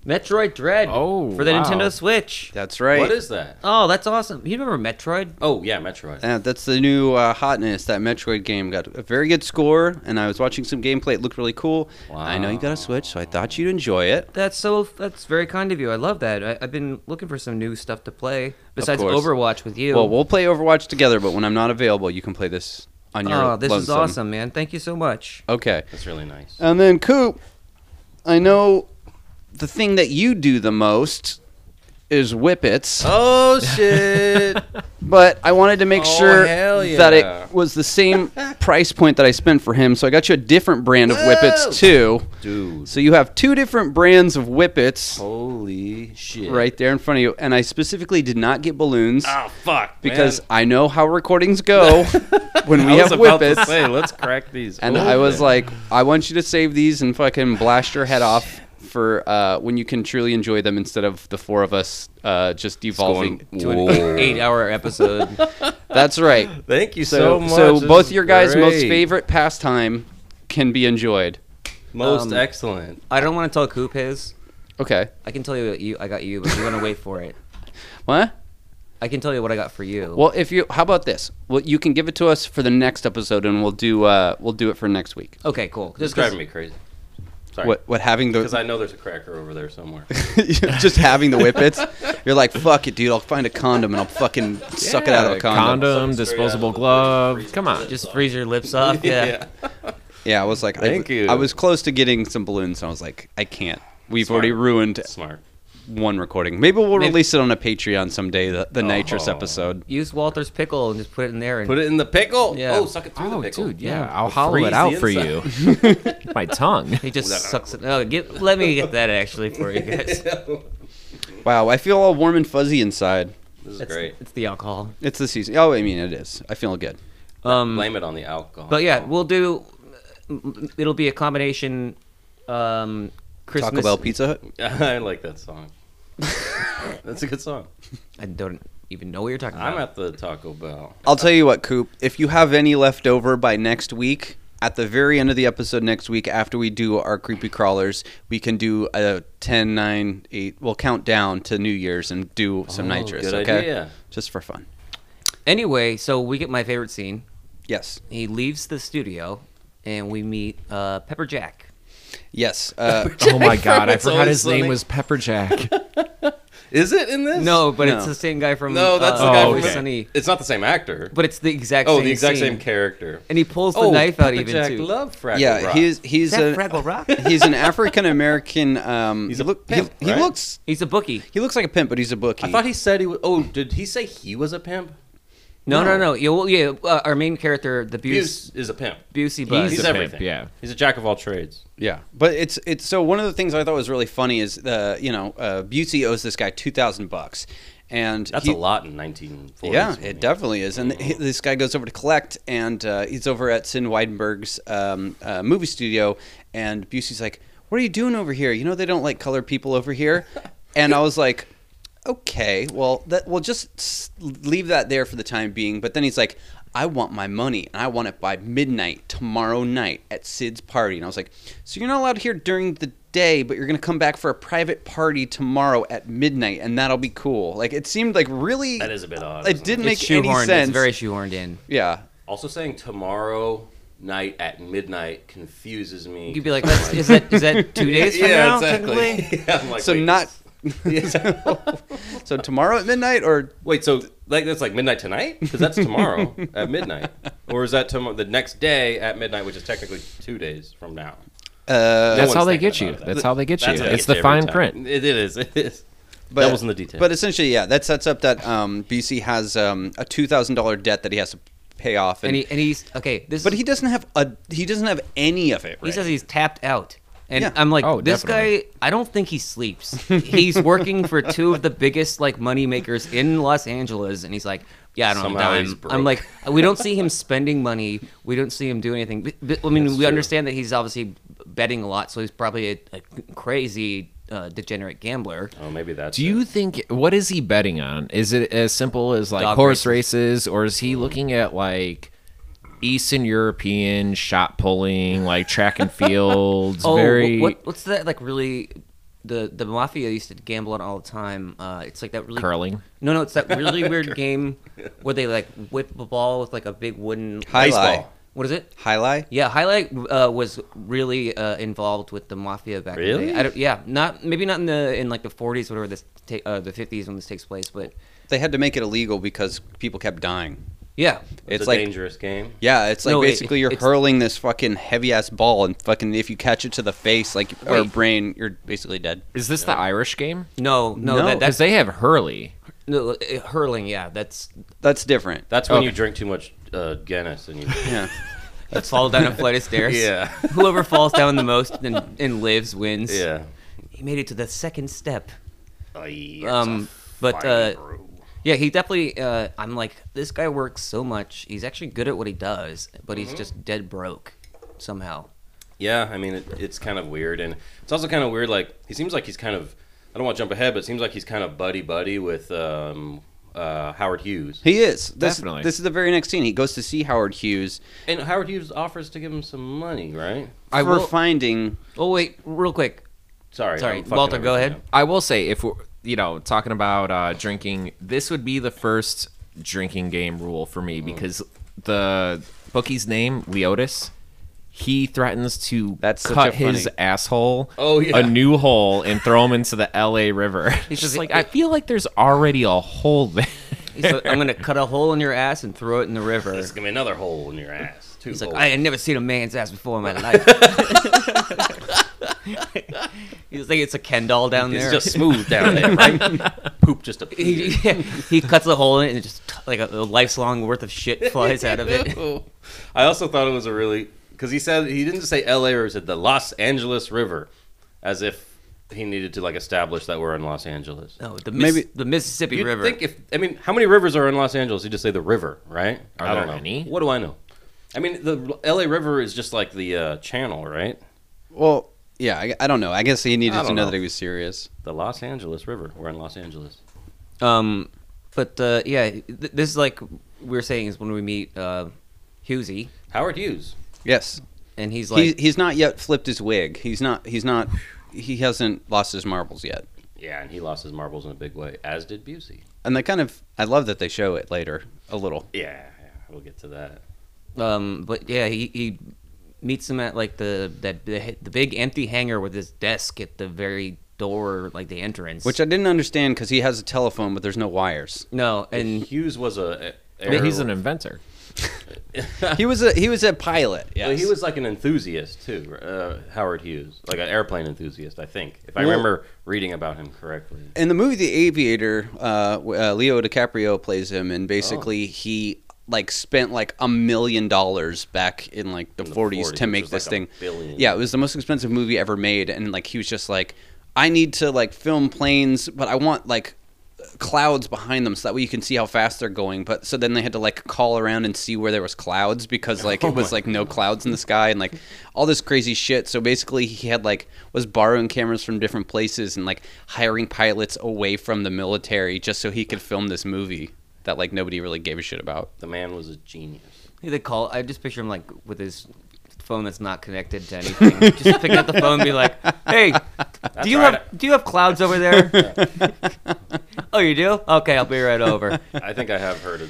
Metroid Dread. Oh, for the wow. Nintendo Switch. That's right. What is that? Oh, that's awesome. You remember Metroid? Oh yeah, Metroid. Uh, that's the new uh, hotness. That Metroid game got a very good score, and I was watching some gameplay. It looked really cool. I know you got a Switch, so I thought you'd enjoy it. That's so. That's very kind of you. I love that. I, I've been looking for some new stuff to play besides course. Overwatch with you. Well, we'll play Overwatch together, but when I'm not available, you can play this on your. oh, this is lonesome. awesome, man. Thank you so much. Okay, That's really nice. and then Coop, I know the thing that you do the most is whippets. Oh shit! but I wanted to make Oh, sure hell that yeah. it was the same price point that I spent for him. So I got you a different brand of Whoa. whippets too. Dude, So you have two different brands of whippets holy shit! right there in front of you, and I specifically did not get balloons Oh fuck! because man. I know how recordings go when we I was have about whippets. to say, let's crack these. And open. I was like, I want you to save these and fucking blast your head off for uh, when you can truly enjoy them instead of the four of us uh, just devolving Going, to an "Whoa." Eight-hour episode. That's right. Thank you so, So, much. so, This both is your guys' most great. favorite pastime can be enjoyed. most Um, excellent. I don't want to tell Coop his. Okay. I can tell you what you. I got you, but you want to wait for it. What? I can tell you what I got for you. Well, if you, how about this? Well, you can give it to us for the next episode, and we'll do, uh, we'll do it for next week. okay, cool. This is Just 'cause- driving me crazy. Sorry, What, what having Because the, I know there's a cracker over there somewhere. just having the whippets? You're like, fuck it, dude. I'll find a condom and I'll fucking suck it out of a Yeah, condom. condom, Something straight out of the disposable fridge, glove. freezer. Come on. Just freeze your lips off. Yeah. Yeah, I was like, Thank I, you. I was close to getting some balloons, and I was like, I can't. We've already ruined smart. one recording. Maybe we'll Maybe- release it on a Patreon someday, the, the nitrous Oh. episode. Use Walter's pickle and just put it in there. And Put it in the pickle. Yeah. Oh, suck it through Oh, the pickle. dude, yeah, Yeah. I'll hollow Freeze it out the for you. My tongue. He just sucks it. Oh, get, let me get that actually for you guys. Wow, I feel all warm and fuzzy inside. This is That's great. It's the alcohol. It's the season. Oh, I mean, it is. I feel good. Um, Blame it on the alcohol. but yeah, we'll do. It'll be a combination. Um, Christmas. Taco Bell Pizza Hut. I like that song. That's a good song. I don't even know what you're talking I'm about. at the Taco Bell. I'll tell you what, Coop. If you have any left over by next week, at the very end of the episode next week, after we do our creepy crawlers, we can do a 10, 9, 8. We'll count down to New Year's and do some nitrous. Oh, good okay, idea. just for fun. Anyway, so we get my favorite scene. Yes, He leaves the studio, and we meet uh, Pepper Jack. yes. Uh, Oh my god, I It's forgot always his name sunny. was Pepper Jack. Is it in this? No, but No. it's the same guy from. No, that's uh, the guy oh, from okay. Sunny. It's not the same actor. But it's the exact. oh, same the exact scene. same character. And he pulls the oh, knife out Pepper even Jack too. Love Fraggle yeah, Rock. he's he's Is that a Fraggle Rock? he's an African American. Um, He's he a look- pimp, he, he right? looks He's a bookie. he looks like a pimp, but he's a bookie. I thought he said he was. Oh, did he say he was a pimp? No, no, no. Yeah, well, yeah. Uh, our main character, the Buse, Buse is a pimp. Busey Buzz. He's, a pimp, everything. yeah. he's a jack of all trades. Yeah, but it's it's so one of the things I thought was really funny is the you know uh, Busey owes this guy two thousand bucks, and That's he- a lot in 1940s. Yeah, money. it definitely is, and he- this guy goes over to collect, and uh, he's over at Sin Weidenberg's um, uh, movie studio, and Busey's like, "What are you doing over here? You know they don't like colored people over here," and I was like. Okay, well, that we'll just s- leave that there for the time being. But then he's like, "I want my money, and I want it by midnight tomorrow night at Sid's party." And I was like, "So you're not allowed here during the day, but you're gonna come back for a private party tomorrow at midnight, and that'll be cool." Like it seemed like really That is a bit odd, It isn't it? didn't It's make any shoehorned. sense. It's very shoehorned in. yeah. Also, saying tomorrow night at midnight confuses me. You'd be like, That's, is that is that two days from now? Technically, yeah, I'm like, So wait, not. this- yeah. So tomorrow at midnight, or wait, so like that's like midnight tonight because that's tomorrow at midnight, or is that tomorrow the next day at midnight, which is technically two days from now? uh, That's No how one's they thinking get you. about it. That's how they get That's you. how they It's get the every fine time. print. It is. It is. but, Devils in the detail. But essentially, yeah, that sets up that um, BC has um, a two thousand dollar debt that he has to pay off, and, and he and he's okay. This but is- he doesn't have a he doesn't have any of it. he right? says he's tapped out. And Yeah. I'm like, Oh, this definitely. guy. I don't think he sleeps. He's working for two of the biggest like money makers in Los Angeles, and he's like, yeah, I don't Somehow have a he's dime. broke. I'm like, we don't see him spending money. We don't see him do anything. But, but, I mean, That's we true. understand that he's obviously betting a lot, so he's probably a, a crazy uh, degenerate gambler. oh, maybe that's. Do you it. think what is he betting on? Is it as simple as like Dog horse races, or is he looking at like Eastern European shot pulling, like track and fields? Oh, very what, what's that like really the the mafia used to gamble on all the time. Uh, it's like that really Curling. No, no, it's that really weird game where they like whip a ball with like a big wooden High lie. baseball. What is it? Highlight. Yeah, Highlight uh, was really uh, involved with the mafia back in the Really? day. I don't, yeah, not maybe not in the in like the 40s, whatever this ta- uh, the 50s when this takes place, but They had to make it illegal because people kept dying. yeah, It's, It's, a like dangerous game. yeah, it's like No, it- basically you're it's- hurling this fucking heavy ass ball, and fucking if you catch it to the face, like or Wait. brain, you're basically dead. Is this the Irish game? no, No. no, that, Because that's they have hurley. no, uh, hurling. Yeah, that's That's different. That's when Okay. you drink too much uh, Guinness and you. Yeah, that's fall down a flight of stairs. yeah. whoever falls down the most and, and lives wins. Yeah. he made it to the second step. um, Um, but uh, yeah, he definitely. Uh, I'm like, this guy works so much. He's actually good at what he does, but Mm-hmm. he's just dead broke somehow. yeah, I mean, it, it's kind of weird. And it's also kind of weird. Like, he seems like he's kind of. I don't want to jump ahead, but it seems like he's kind of buddy buddy with um, uh, Howard Hughes. he is. This, Definitely. This is the very next scene. He goes to see Howard Hughes And Howard Hughes offers to give him some money, right? I for will- finding. Oh wait, real quick. Sorry. Sorry, I'm fucking Walter, go everything ahead. up. I will say, if we're you know talking about uh, drinking, this would be the first drinking game rule for me because the bookie's name Leotis. He threatens to That's such cut a funny- his asshole Oh, yeah. a new hole and throw him into the L.A. River. He's just- just like, I feel like there's already a hole there. He's like, I'm gonna cut a hole in your ass and throw it in the river. There's gonna be another hole in your ass. Two He's like, holes. I had never seen a man's ass before in my life. He's like, it's a Ken doll down it's there. just smooth down there, right? Poop just a. he, yeah, he cuts a hole in it and just like a, a life's long worth of shit flies out of it. I also thought it was a really because he said he didn't say L.A. or he said the Los Angeles River, as if he needed to like establish that we're in Los Angeles. No, Oh, the Miss- Maybe- the Mississippi You'd River. think if I mean how many rivers are in Los Angeles? You just say the river, right? Are I there don't know. any? What do I know? I mean, the L.A. River is just like the uh, channel, right? Well, yeah, I, I don't know. I guess he needed I to don't know, know. that he was serious. The Los Angeles River. We're in Los Angeles. Um, but uh, yeah, th- this is like we were saying is when we meet uh, Husey, Howard Hughes. Yes, and he's he, like, he's not yet flipped his wig. He's not. He's not. He hasn't lost his marbles yet. Yeah, and he lost his marbles in a big way, as did Busey. And they kind of. I love that they show it later a little. Yeah, yeah we'll get to that. um, but yeah, he, he meets him at like the that the, the big empty hangar with his desk at the very door, like the entrance. Which I didn't understand because he has a telephone, but there's no wires. no, and Hughes was a. a- But he's air- an inventor. He was a he was a pilot. Yes. Well, he was like an enthusiast too, uh, Howard Hughes, like an airplane enthusiast, I think, if I Well- remember reading about him correctly. in the movie The Aviator. Uh, w- uh, Leo DiCaprio plays him, and basically Oh. he like spent like a million dollars back in like the the 40s, 40s, to which make was, this like, a thing. billion. Yeah, it was the most expensive movie ever made, and like he was just like, I need to like film planes, but I want like clouds behind them so that way you can see how fast they're going but so then they had to like call around and see where there was clouds because like it was like no clouds in the sky and like all this crazy shit so basically he had like was borrowing cameras from different places and like hiring pilots away from the military just so he could film this movie that like nobody really gave a shit about The man was a genius. they call. I just picture him like with his phone that's not connected to anything. just picking up the phone and be like, "Hey, do you right. have do you have clouds over there?" oh, you do? Okay, I'll be right over. I think I have heard a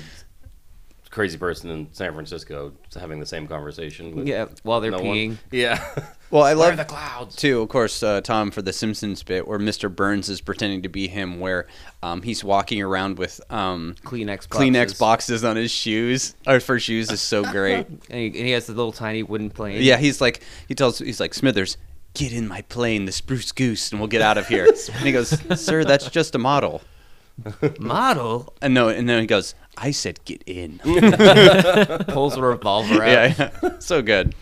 crazy person in San Francisco having the same conversation. With Yeah, while they're no one. peeing. Yeah, well i where are love the clouds? too, of course, uh, Tom for the Simpsons bit where Mr. Burns is pretending to be him, where um, he's walking around with um, Kleenex boxes. Kleenex boxes on his shoes or for shoes is so great. And he, and he has the little tiny wooden plane. yeah, he's like he tells he's like Smithers, get in my plane, the spruce goose, and we'll get out of here. and he goes, Sir, that's just a model. Model And no, and then he goes, I said get in. pulls a revolver out. yeah, yeah. so good.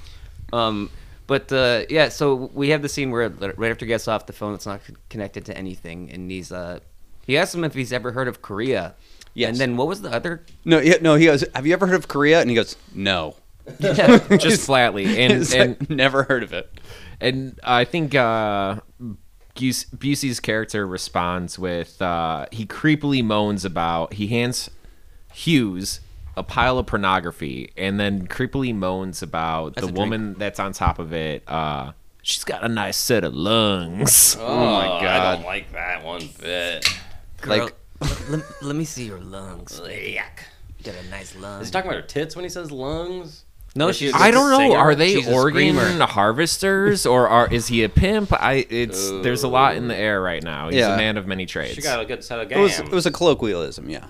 Um, but uh, yeah, so we have the scene where right after he gets off the phone, that's not connected to anything, and he's uh, he asks him if he's ever heard of Korea. Yes. And then what was the other? No, yeah, no, he goes, Have you ever heard of Korea? And he goes, No. Yeah. Just flatly. And, He's and like, never heard of it. And I think uh, Buse- Busey's character responds with uh, he creepily moans about he hands Hughes a pile of pornography and then creepily moans about That's a the drink. woman that's on top of it. Uh, She's got a nice set of lungs. Oh, my Oh I God. don't like that one bit. Girl, Like- let, lem- let me see your lungs. Yuck. You got a nice lung. Is he talking about her tits when he says lungs? No, Or she's. she's- I don't know. singer. Are they She's a organ screamer. harvesters or are is he a pimp? I it's there's a lot in the air right now. He's Yeah. a man of many trades. She got a good set of It was gams. it was a colloquialism, yeah.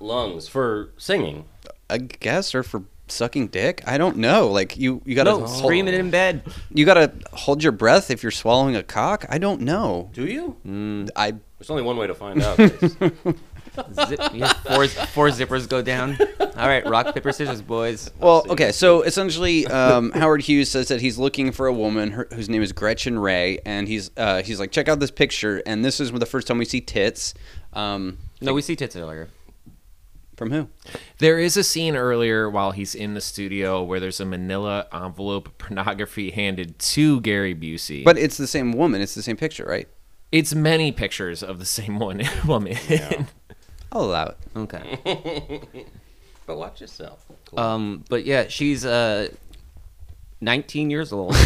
lungs for singing. I guess or for sucking dick. I don't know. Like you you got to No, screaming in bed. you got to hold your breath if you're swallowing a cock. I don't know. Do you? I There's only one way to find out. Chris. Zip, yeah, four, four zippers go down. All right, rock paper scissors, boys. Well, okay, so essentially, um, Howard Hughes says that he's looking for a woman her, whose name is Gretchen Ray, and he's uh, he's like, check out this picture, and this is the first time we see tits. Um, No, we see tits earlier. from who? There is a scene earlier while he's in the studio where there's a manila envelope of pornography handed to Gary Busey. But it's the same woman. It's the same picture, right? it's many pictures of the same one woman. I'll allow it. Okay. but watch yourself. Cool. Um, but yeah, she's uh, 19 years old.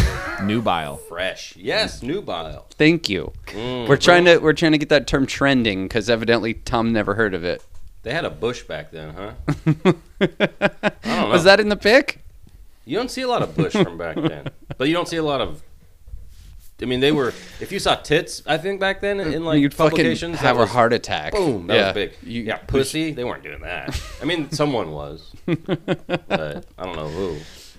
Nubile. Fresh. Yes, nubile. Thank you. Mm. We're trying to we're trying to get that term trending because evidently Tom never heard of it. They had a bush back then, huh? I don't know. Was that in the pic? You don't see a lot of bush from back then, but you don't see a lot of. I mean, they were. If you saw tits, I think back then in, like You'd fucking publications, have that was, a heart attack. Boom, that yeah. was big. You- yeah, pussy. They weren't doing that. I mean, someone was, but I don't know who.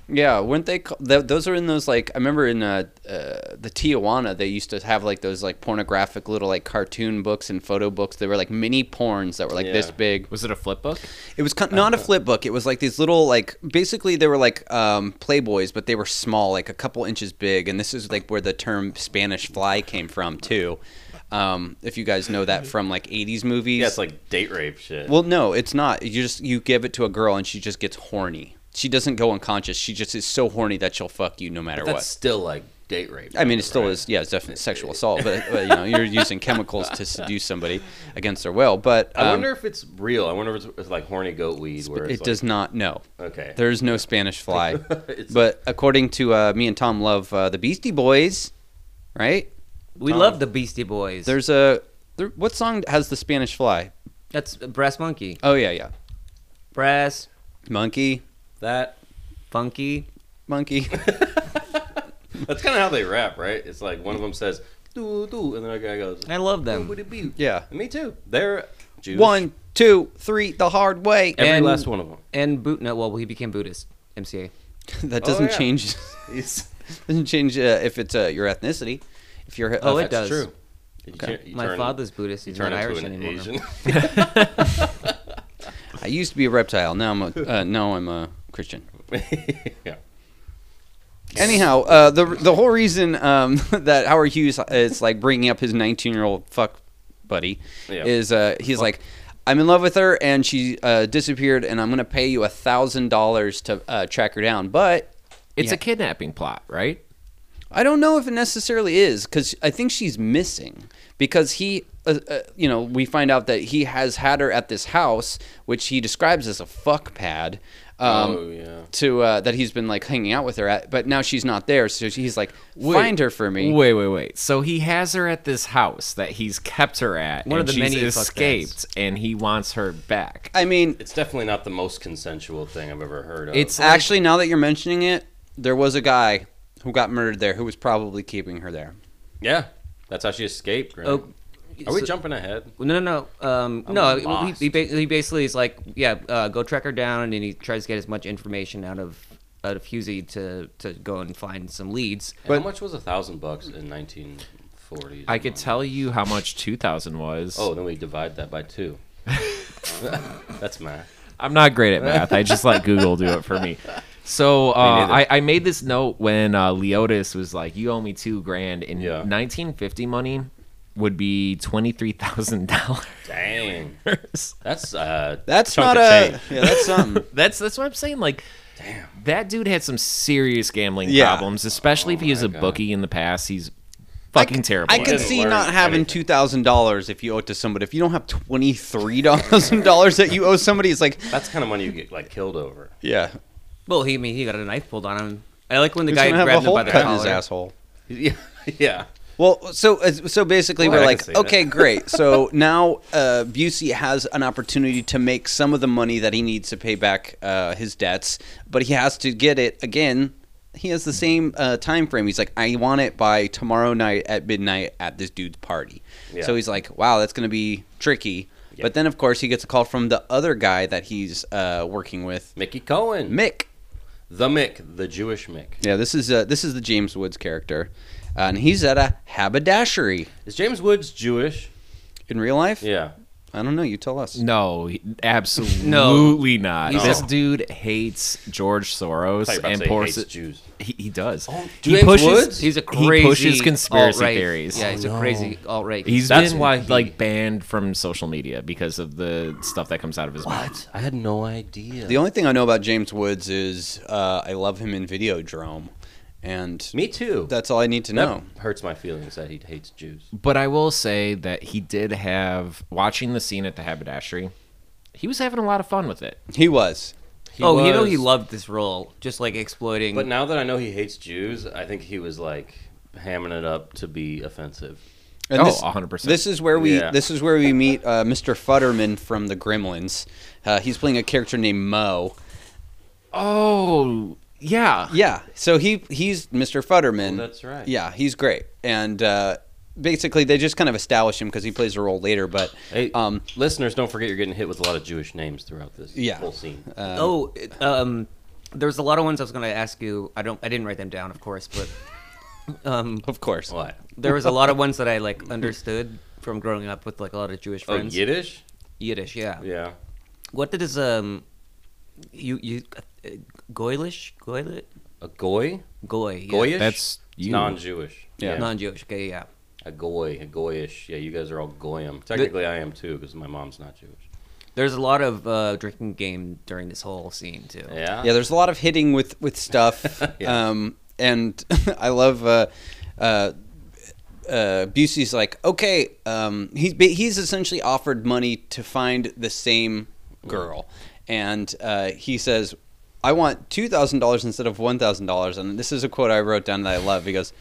Yeah, weren't they? Call- th- those are in those like I remember in uh, uh, the Tijuana they used to have like those like pornographic little like cartoon books and photo books. They were like mini porns that were like this Yeah. Uh-huh. big. Was it a flip book? It was con- not a flip book. It was like these little like basically they were like um, playboys, but they were small, like a couple inches big. And this is like where the term Spanish fly came from too. Um, if you guys know that from like '80s movies, Yeah, it's like date rape shit. well, no, it's not. You just you give it to a girl and she just gets horny. She doesn't go unconscious. She just is so horny that she'll fuck you no matter that's what. still like date rape. I mean, it still right? is. Yeah, it's definitely sexual assault, but, but you know, you're using chemicals to seduce somebody against their will. But I um, wonder if it's real. I wonder if it's, it's like horny goat weed. Where it it's like, does not. No, Okay. there's no Spanish fly. It's- but according to uh, me and Tom, love uh, the Beastie Boys, right? We love the Beastie Boys. There's a there, what song has the Spanish fly? That's Brass Monkey. Oh yeah, yeah, Brass, monkey, that. Funky. monkey. That's kind of how they rap, right? It's like one of them says "doo doo," and then other guy goes I love them. "Would it be?" Yeah. me too. They're Jews. One, two, three, the hard way. every and- last one of them. And boot. No, well, he became Buddhist. MCA. that Oh, doesn't yeah. change. He's, doesn't change uh, if it's uh, your ethnicity. If you're Oh, uh, it does. true. You Okay. turn- you My turn- father's Buddhist. You He's turn not into Irish an anymore. Asian. I used to be a reptile. Now I'm a uh, now I'm a Christian. yeah. Anyhow, uh, the the whole reason um, that Howard Hughes is like bringing up his 19 year old fuck buddy Yeah. is uh, he's like, I'm in love with her and she uh, disappeared and I'm gonna pay you a thousand dollars to uh, track her down. But It's Yeah. a kidnapping plot, right? I don't know if it necessarily is because I think she's missing because he, uh, uh, you know, we find out that he has had her at this house, which he describes as a fuck pad. Um, oh yeah. To uh, that he's been like hanging out with her at, but now she's not there, so he's like, find her for me. Wait, wait, wait. So he has her at this house that he's kept her at. One and of the she's many fuck escaped, and he wants her back. I mean, It's definitely not the most consensual thing I've ever heard of. It's like- actually, now that you're mentioning it, there was a guy who got murdered there who was probably keeping her there. yeah. That's how she escaped. Graham. Oh, Are we so- jumping ahead? No, no, no. Um, no, he, lost. he, ba- he basically is like, yeah, uh, go track her down, and then he tries to get as much information out of out of Husey to to go and find some leads. And how much was a thousand bucks in 1940s? I could tell you how much 2000 was. Oh, then we divide that by two. That's math. I'm not great at math. I just let Google do it for me. So uh, neither. I, I made this note when uh, Leotis was like, "You owe me two grand." In Yeah. 1950 money would be twenty three thousand dollars. Dang. That's uh. That's chunk not of a change. yeah. That's something. That's that's what I'm saying. Like, damn, that dude had some serious gambling Yeah. problems, especially if he was a God. bookie in the past. He's fucking terrible. I at can it. didn't see learn not having anything. two thousand dollars if you owe it to somebody. If you don't have twenty three thousand dollars that you owe somebody, it's like That's the kind of money you get like killed over. yeah, Well, he I mean he got a knife pulled on him. I like when the Who's guy gonna have a grabbed him hole by the cut in his collar. asshole. Yeah, yeah. Well, so as- so basically, Well, we're I like, can see okay, great. So now uh, Busey has an opportunity to make some of the money that he needs to pay back uh, his debts, but he has to get it again. He has the Hmm. same uh, time frame. He's like, I want it by tomorrow night at midnight at this dude's party. Yeah. So he's like, wow, that's going to be tricky. Yeah. But then, of course, he gets a call from the other guy that he's uh, working with, Mickey Cohen, Mick. the Mick, the Jewish Mick. Yeah, this is uh, this is the James Woods character, uh, and he's at a haberdashery Is James Woods Jewish? in real life. Yeah. I don't know. You tell us. No, he- absolutely not. He's This a- dude hates George Soros I thought you were about and to say pours hates Jews. He, he does. James pushes. Woods? He's a He crazy pushes conspiracy alt-right. theories. Yeah, he's a crazy alt right. He's That's been, why he- like banned from social media because of the stuff that comes out of his mouth. What? I had no idea. The only thing I know about James Woods is uh, I love him in Videodrome, and Me too. that's all I need to know. That hurts my feelings that he hates Jews. But I will say that he did have watching the scene at the haberdashery. He was having a lot of fun with it. He was. oh, you know was- he loved this role, just like exploiting. But now that I know he hates Jews, I think he was like hamming it up to be offensive. And Oh, this- 100%. This is where we Yeah. this is where we meet uh, Mr. Futterman from the Gremlins. Uh, he's playing a character named Mo. Oh, yeah. Yeah, so he he's Mr. Futterman. Well, Oh, that's right. Yeah, he's great, and uh, basically they just kind of establish him because he plays a role later. But Hey, um, listeners, don't forget you're getting hit with a lot of Jewish names throughout this Yeah. whole scene. oh, it- um, there's a lot of ones I was going to ask you. I don't. I didn't write them down, of course, but um, of course, what? there was a lot of ones that I like understood from growing up with like a lot of Jewish Oh, friends. Yiddish? Yiddish, yeah. Yeah. What did his um, you you uh, Goylish, Goy, A goy? Goy, yeah. Goyish? That's It's you. non-Jewish. Yeah. non-Jewish. Okay, yeah. A goy, a goyish. Yeah, you guys are all goyim. Technically, I am too because my mom's not Jewish. There's a lot of uh, drinking game during this whole scene too. Yeah. yeah there's a lot of hitting with with stuff Yeah. um and i love uh uh uh, Busey's like, okay, um, he's ba- he's essentially offered money to find the same Mm. girl, and uh, he says, "I want two thousand dollars instead of one thousand dollars." And this is a quote I wrote down that I love. He goes,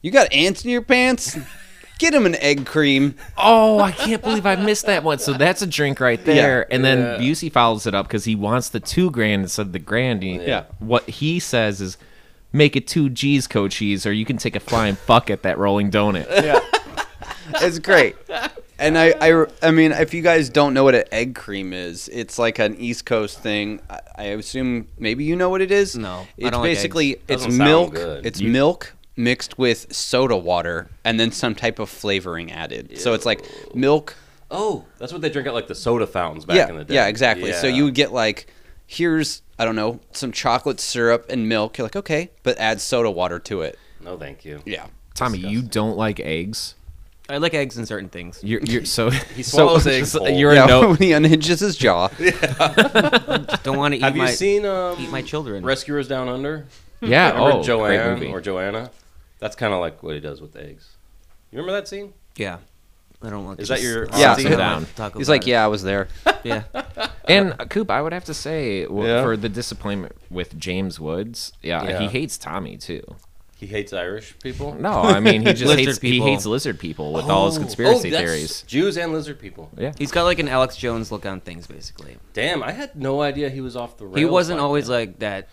"You got ants in your pants? Get him an egg cream." Oh, I can't believe I missed that one. So that's a drink right there. And then Yeah. Busey follows it up because he wants the two grand instead of the grand. He- Yeah. What he says is, make it two G's, coaches, or you can take a flying fuck at that rolling donut. It's great. And I, I, I mean, if you guys don't know what an egg cream is, it's like an East Coast thing. I, I assume maybe you know what it is. No, I it's don't like basically it's Doesn't sound milk. good. It's milk mixed with soda water and then some type of flavoring added. So it's like milk. Oh, that's what they drink at like the soda fountains back yeah, in the day. yeah, exactly. So Yeah. you would get like, here's I don't know, some chocolate syrup and milk. You're like, okay, but add soda water to it. No, thank you. Yeah. Tommy, you don't like eggs. I like eggs in certain things. You're, you're so he swallows so, eggs so whole. You're yeah, a no. when he unhinges his jaw. Don't want to eat Have my you seen um, eat my children. Rescuers Down Under? Yeah. Remember Oh, great Joanne movie. or uh, Joanna? That's kind of like what he does with the eggs. You remember that scene? yeah. I don't want. Is that your- Yeah. Talk Sit about down. it. Talk He's about like, it. yeah, I was there. yeah. And uh, Coop, I would have to say w- Yeah. for the disappointment with James Woods, yeah, Yeah. he hates Tommy too. He hates Irish people. No, I mean he just Lizard hates people. he hates lizard people with all his conspiracy Oh, that's theories. Jews and lizard people. Yeah, He's got like an Alex Jones look on things, basically. Damn, I had no idea he was off the rails. He wasn't like always that. like that.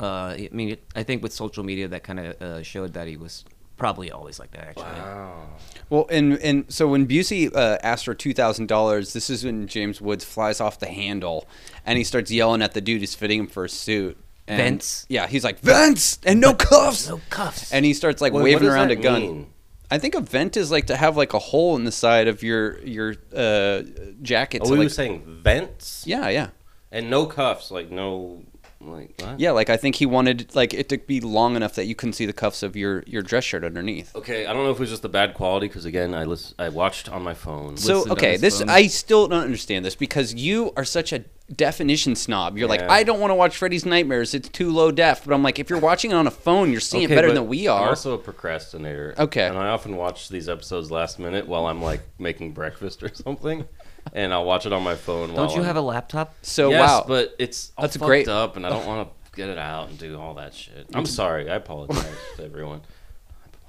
Uh, I mean, I think with social media, that kind of uh, showed that he was probably always like that. Actually, Wow. Well, and and so when Busey uh, asked for two thousand dollars, this is when James Woods flies off the handle, and he starts yelling at the dude who's fitting him for a suit. And, Vince? Yeah, he's like Vince, and no cuffs. no Oh, cuffs. And he starts like What- what waving does around that a gun. mean? I think a vent is like to have like a hole in the side of your your uh, jacket. Oh, so, we like- were saying vents yeah, yeah, and no cuffs, like no, like what? yeah. Like I think he wanted like it to be long enough that you couldn't see the cuffs of your your dress shirt underneath. Okay, I don't know if it was just the bad quality because again, I lis- I watched on my phone. So listened on okay, his this phone. I still don't understand this because you are such a definition snob. You're like, Yeah. I don't want to watch Freddy's Nightmares; it's too low def. But I'm like, if you're watching it on a phone, you're seeing it better but than we I'm are. also a procrastinator. Okay. And I often watch these episodes last minute while I'm like making breakfast or something, and I'll watch it on my phone. Don't you have a laptop? so yes, wow, but it's all That's a fucked great- up, and I don't want to get it out and do all that shit. I'm sorry. I apologize to everyone.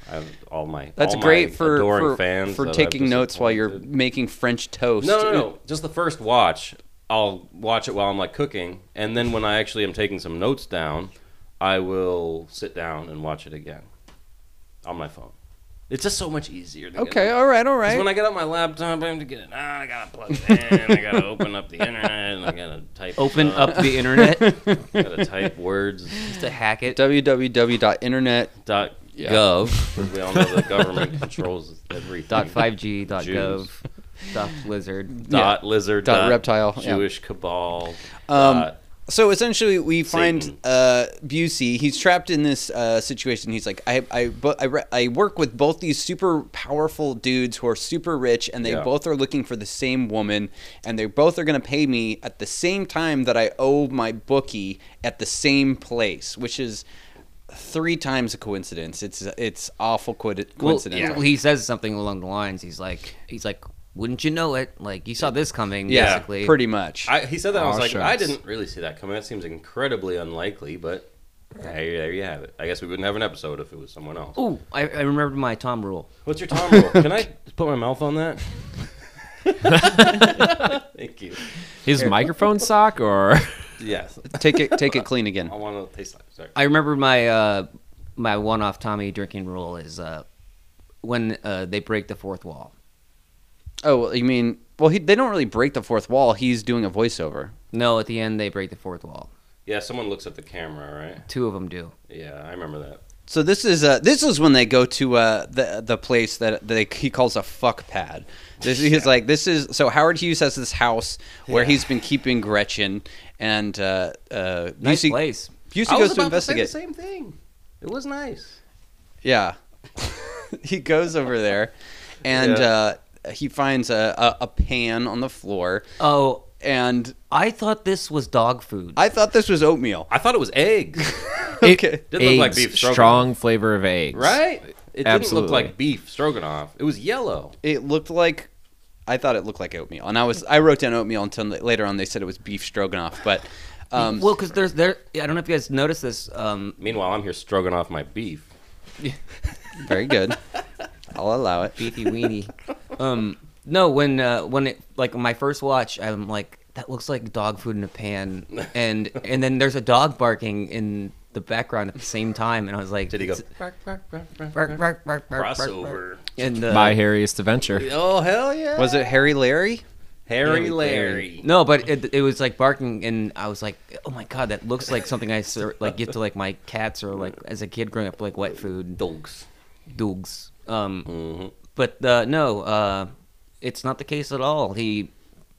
I have all my That's all my great for adoring for, fans for that I've taking notes while you're disappointed. making French toast. No, no, no. Just the first watch. I'll watch it while I'm like cooking, and then when I actually am taking some notes down, I will sit down and watch it again on my phone. It's just so much easier. To Okay, Get all right, all 'Cause right. When I get up my laptop, I have to get it. Ah, I gotta plug it in. I gotta open up the internet. And I gotta type. Open stuff, up the internet I gotta type words. just to hack it. www.internet. Dot Yeah. gov. 'cause We all know the government controls everything. Dot 5G, dot Jews. gov, dot lizard. Dot lizard. Dot reptile, yeah. Jewish cabal. Um, dot So essentially, we find Satan. uh, Busey. He's trapped in this uh, situation. He's like, I, I, bo- I, re- I work with both these super powerful dudes who are super rich, and they Yeah. both are looking for the same woman, and they both are going to pay me at the same time that I owe my bookie at the same place, which is three times a coincidence. It's it's awful coincidence. Well, coincidence. yeah, he says something along the lines. He's like, he's like, wouldn't you know it? Like you saw this coming, Yeah, basically. pretty much. I, he said that. and I was Aw, like, shucks. I didn't really see that coming. That seems incredibly unlikely, but hey, there you have it. I guess we wouldn't have an episode if it was someone else. Ooh, I, I remembered my Tom rule. What's your Tom rule? Can I put my mouth on that? Thank you. His microphone sock or Yes, take it take it clean again. I want to taste like. Sorry. I remember my uh, my one-off Tommy drinking rule is uh, when uh, they break the fourth wall. Oh, well, you mean well? He, they don't really break the fourth wall. He's doing a voiceover. No, at the end they break the fourth wall. Yeah, someone looks at the camera, right? Two of them do. Yeah, I remember that. So this is uh, this is when they go to uh, the the place that they, he calls a fuck pad. This, He's like this is so Howard Hughes has this house where he's been keeping Gretchen and uh, uh, Nice Busey, place. Busey I was goes to about investigate. say the same thing. It was nice. yeah, he goes over there, and uh, he finds a, a a pan on the floor, Oh, and I thought this was dog food. I thought this was oatmeal. I thought it was eggs, Okay. Did look like Eggs, beef stroganoff. strong flavor of eggs. right? It didn't look Absolutely. like beef stroganoff. It was yellow. It looked like I thought it looked like oatmeal, and I was I wrote down oatmeal until later on they said it was beef stroganoff, but. Um, well, because there's there. I don't know if you guys noticed this. Um, Meanwhile, I'm here stroking off my beef. Very good. I'll allow it. beefy weenie. um, no, when uh, when it like my first watch, I'm like that looks like dog food in a pan, and and then there's a dog barking in the background at the same time, and I was like, Did he go it's- bark, bark, bark, bark, bark, bark. crossover? And uh, My hairiest adventure. Oh hell yeah! Was it Harry Larry? Harry No, but it, it was like barking, and I was like, "Oh my god, that looks like something I ser- like give to like my cats or like as a kid growing up like wet food Dogs. dogs." Um, Mhm. But uh, no, uh, it's not the case at all. He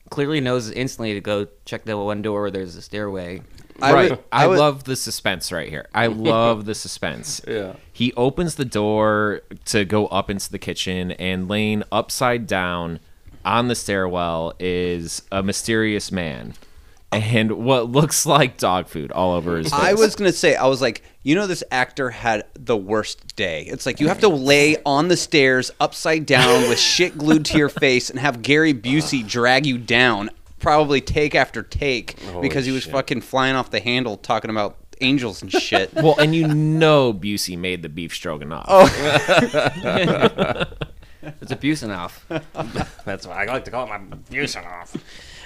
clearly knows instantly to go check the one door where there's a stairway. I right. would- I, I would- love the suspense right here. I love the suspense. Yeah. He opens the door to go up into the kitchen, and laying upside down on the stairwell is a mysterious man and what looks like dog food all over his face. I was gonna say I was like, you know, this actor had the worst day. It's like you have to lay on the stairs upside down with shit glued to your face and have Gary Busey drag you down, probably take after take, Holy because he was shit. fucking flying off the handle talking about angels and shit. Well, and you know Busey made the beef stroganoff. Oh, It's a Businoff. That's what I like to call it my Businoff.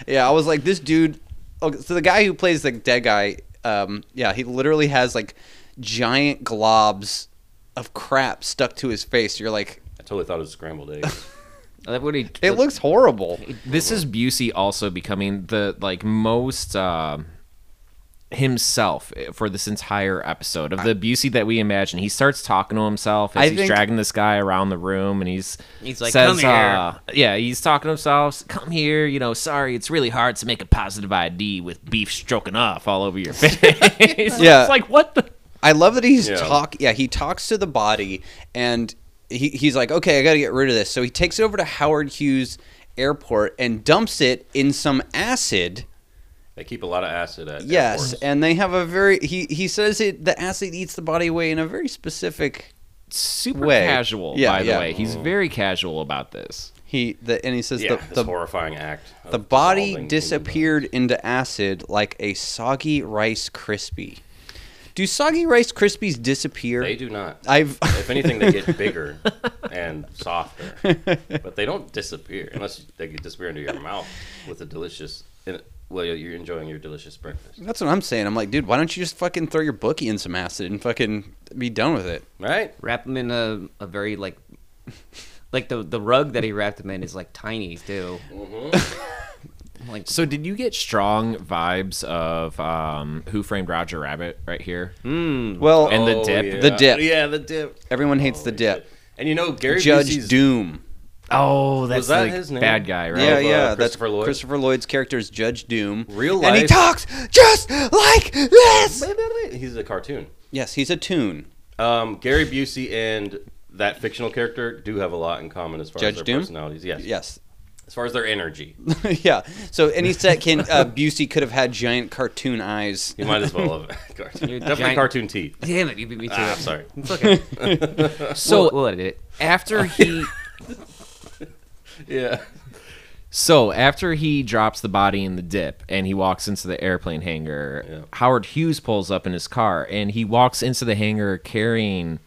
Yeah, I was like, this dude. Okay, so the guy who plays the dead guy, um, yeah, he literally has like giant globs of crap stuck to his face. You're like, I totally thought it was scrambled eggs. I love what he- it looks horrible. This is Busey also becoming the like most uh, himself for this entire episode of the Busey that we imagine. He starts talking to himself as I he's think- dragging this guy around the room, and he's He's like, says, "Come here." uh, yeah, he's talking to himself. Come here, you know. Sorry, it's really hard to make a positive ID with beef stroking off all over your face. Yeah. it's like what the. I love that he's Yeah. talk. Yeah, he talks to the body, and he, he's like, "Okay, I got to get rid of this." So he takes it over to Howard Hughes Airport and dumps it in some acid. they keep a lot of acid at yes, airports. and they have a very. He he says it. The acid eats the body away in a very specific. Super Way. casual, Yeah, by the yeah. way. He's very casual about this. He the and he says the, yeah, this the horrifying act. of The body dissolving disappeared into acid like a soggy Rice Krispie. Do soggy Rice Krispies disappear? They do not. I've If anything, they get bigger and softer, but they don't disappear unless they disappear into your mouth with a delicious. Well, you're enjoying your delicious breakfast, That's what I'm saying. I'm like, dude, why don't you just fucking throw your bookie in some acid and fucking be done with it? right? Wrap them in a, a very like, like the the rug that he wrapped them in is like tiny too. Mm-hmm. I'm like So did you get strong vibes of um, Who Framed Roger Rabbit right here? Hmm. Well, And the dip. Oh, yeah. The dip. Yeah, the dip. everyone hates the Holy dip. Oh, shit. And you know Gary Judge Busey's Doom. Oh, that's that the his name? bad guy, right? Yeah, uh, yeah. that's Christopher Lloyd. Christopher Lloyd's character is Judge Doom. Real And he life- talks just like this. He's a cartoon. Yes, he's a tune. Um, Gary Busey and that fictional character do have a lot in common as far Judge as their Doom? personalities. Yes. Yes. As far as their energy, yeah. So any second, uh, Busey could have had giant cartoon eyes. you might as well have cartoon. You're Definitely giant- cartoon teeth. damn it, you beat me to Ah, it. sorry. It's okay. So we'll, we'll edit it. after he Yeah. So after he drops the body in the dip and he walks into the airplane hangar, Yeah. Howard Hughes pulls up in his car and he walks into the hangar carrying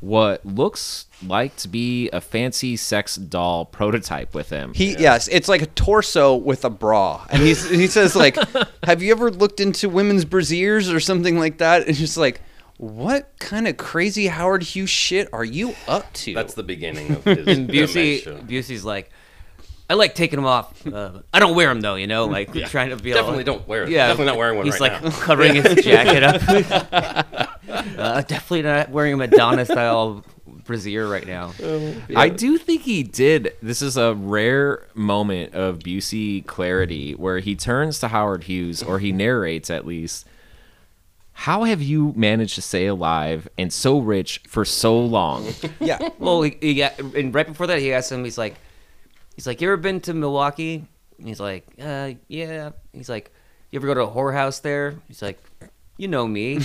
what looks like to be a fancy sex doll prototype with him. He yes, it's like a torso with a bra, and he's he says like, "Have you ever looked into women's brasiers or something like that?" And just like, what kind of crazy Howard Hughes shit are you up to? That's the beginning of his And Busey, dementia. Busey's like, I like taking them off. Uh, I don't wear them though, you know, like trying to be all- Definitely don't wear it. Definitely not wearing one He's right like now. covering his jacket up. uh, definitely not wearing a Madonna style brassiere right now. Um, I do think he did. This is a rare moment of Busey clarity where he turns to Howard Hughes, or he narrates at least. How have you managed to stay alive and so rich for so long? yeah, Well, he, he got, and right before that, he asked him. He's like, he's like, you ever been to Milwaukee? And he's like, uh, yeah. He's like, you ever go to a whorehouse there? He's like, you know me. and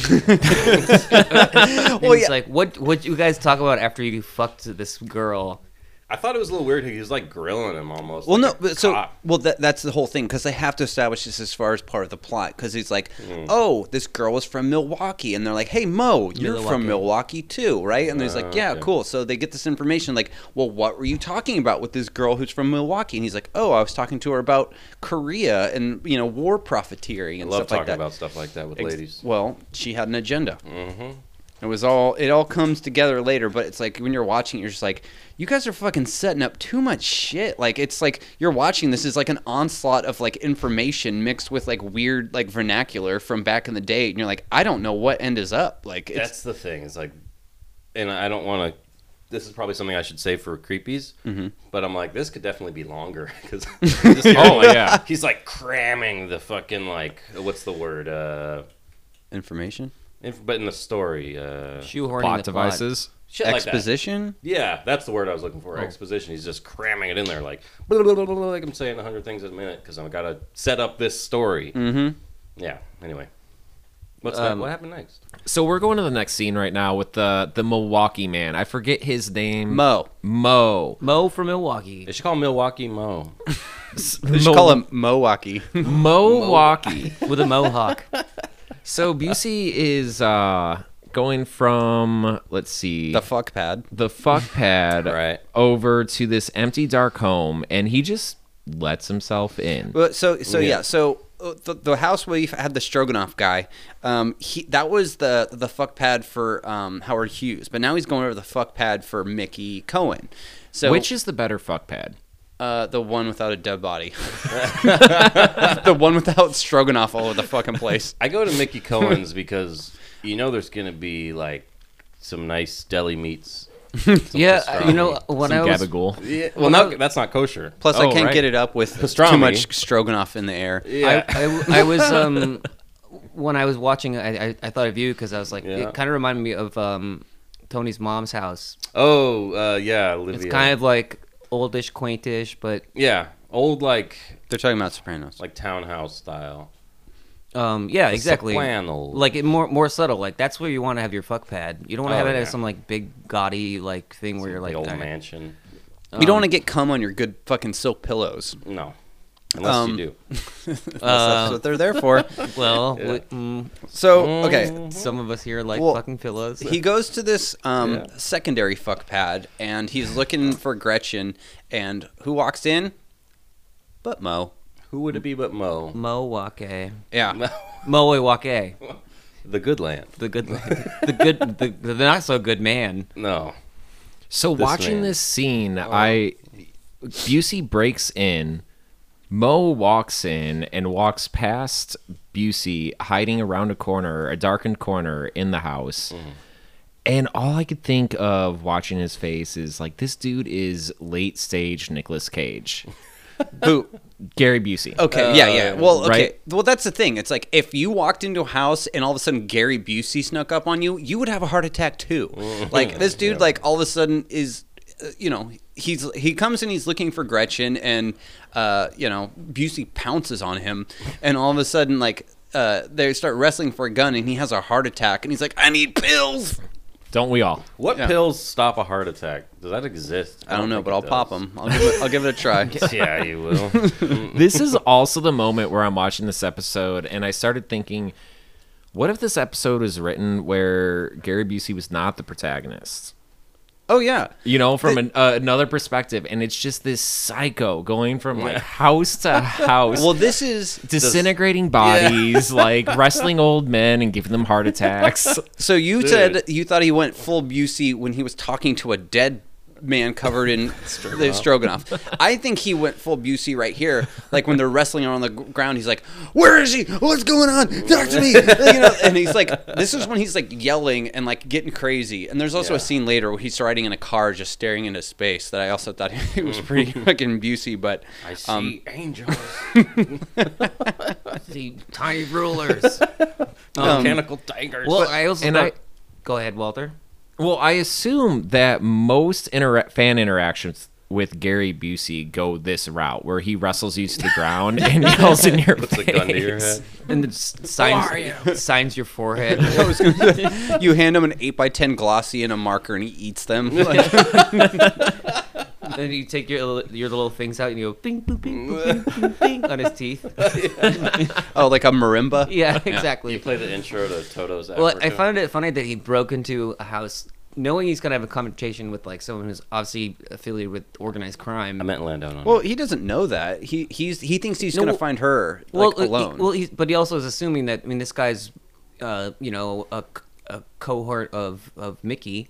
he's yeah. like, what what you guys talk about after you fucked this girl? I thought it was a little weird. He was like grilling him almost. Well, like no, a but so cop. well that, that's the whole thing because they have to establish this as far as part of the plot because he's like, Hmm. oh, this girl was from Milwaukee, and they're like, hey Mo, you're from Milwaukee. Milwaukee too, right? And he's like, Uh, yeah, okay. cool. So they get this information like, well, what were you talking about with this girl who's from Milwaukee? And he's like, oh, I was talking to her about Korea and you know war profiteering I and love stuff like talking that. about stuff like that with Ex- ladies. Mm-hmm. Well, she had an agenda. It was all. It all comes together later, but it's like when you're watching, it, you're just like, you guys are fucking setting up too much shit. Like it's like you're watching this is like an onslaught of like information mixed with like weird like vernacular from back in the day, and you're like, I don't know what end is up. Like it's That's the thing. It's like, and I don't want to. This is probably something I should say for creepies, but I'm like, this could definitely be longer because. Oh, yeah. he's like cramming the fucking like what's the word? Uh, information, inf- but in the story, uh, Shoehorning Plot the plot. devices. shit like that. exposition. Yeah, that's the word I was looking for. Exposition. He's just cramming it in there, like blah, blah, blah, blah, blah, like I'm saying a hundred things a minute because I've got to set up this story. Mm-hmm. Yeah. Anyway, what's Um, that? What happened next? So we're going to the next scene right now with the the Milwaukee man. I forget his name. Mo. Mo. Mo from Milwaukee. They should call him Milwaukee Mo. They should call him Milwaukee. Milwaukee. with a mohawk. so Busey is uh, going from let's see the fuck pad. the fuck pad Right. over to this empty dark home, and he just lets himself in. Well, so so yeah, Yeah. so uh, the, the house where you had the Stroganoff guy, um, he that was the the fuck pad for um, Howard Hughes, but now he's going over the fuck pad for Mickey Cohen. So Which is the better fuck pad? uh, the one without a dead body, the one without Stroganoff all over the fucking place. I go to Mickey Cohen's because you know there's gonna be like some nice deli meats. some Yeah, you know pastrami. when Some I was gabagool. Yeah, well, no, that's not kosher. Plus, I Oh, can't right. get it up with too Pastrami. much Stroganoff in the air. Yeah. I, I, I was um when I was watching, I I, I thought of you because I was like, Yeah. it kind of reminded me of um Tony's mom's house. oh, uh, yeah, Olivia. It's kind of like oldish, quaintish, but yeah, old like They're talking about Sopranos. like townhouse style. um yeah, The exactly. soprano. Like it more more subtle. Like that's where you want to have your fuck pad. You don't want to Oh, have it yeah. as some like big gaudy like thing where you're The like old all right. mansion. you don't want to get cum on your good fucking silk pillows. No, Unless Um, you do. That's Uh, what they're there for. well, we- mm, So Mm-hmm. okay, some of us here like Well, fucking pillows. he goes to this um, Yeah. secondary fuck pad and he's looking for Gretchen. And who walks in? But Mo. Who would it be but Mo? Mo Wake. Yeah. Mo Wake. the good land. The good, the good, the, the not so good man. No. So This watching man. this scene, I Busey breaks in, Mo walks in and walks past Busey hiding around a corner, a darkened corner in the house. And all I could think of watching his face is like this dude is late stage Nicolas Cage. Who? Gary Busey. Okay. yeah. Yeah. Well. Okay. right? Well, that's the thing. It's like if you walked into a house and all of a sudden Gary Busey snuck up on you, you would have a heart attack too. like this dude, like all of a sudden is, uh, you know, he's he comes and he's looking for Gretchen, and uh, you know, Busey pounces on him, and all of a sudden, like uh, they start wrestling for a gun, and he has a heart attack, and he's like, "I need pills." Don't we all? What Yeah. pills stop a heart attack? Does that exist? I don't know, think but it I'll does. pop him. I'll give it, I'll give it a try. yeah, you will. this is also the moment where I'm watching this episode and I started thinking, what if this episode was written where Gary Busey was not the protagonist? Oh yeah. You know, from an, uh, another perspective, and it's just this psycho going from like house to house, Well, this is disintegrating bodies, like wrestling old men and giving them heart attacks. So you said you thought he went full Busey when he was talking to a dead man covered in the stroganoff. I think he went full Busey right here, like when they're wrestling on the g- ground. He's like, "Where is he? What's going on? Talk to me!" you know, and he's like, "This is when he's like yelling and like getting crazy." And there's also a Yeah. scene later where he's riding in a car, just staring into space. That I also thought he was pretty fucking Busey, but I see Um, angels. The tiny rulers. mechanical tigers. well, I also and thought- I- go ahead, Walter. Well, I assume that most intera- fan interactions with Gary Busey go this route, where he wrestles you to the ground and yells in your Puts a gun to your face. head. And it s- signs signs your forehead. you hand him an eight by ten glossy and a marker, and he eats them. then you take your little- your little things out and you go ding, boop, bing, boop, bing, boop, bing, on his teeth. oh, like a marimba. Yeah, exactly. You play the intro to Toto's. Well, I Africa? found it funny that he broke into a house knowing he's gonna have a confrontation with like someone who's obviously affiliated with organized crime. I meant land on. Well, he doesn't know that. He he's he thinks he's No, gonna well- find her well, like uh, he- alone. well, he's, but he also is assuming that I mean this guy's, uh, you know, a, c- a cohort of of Mickey,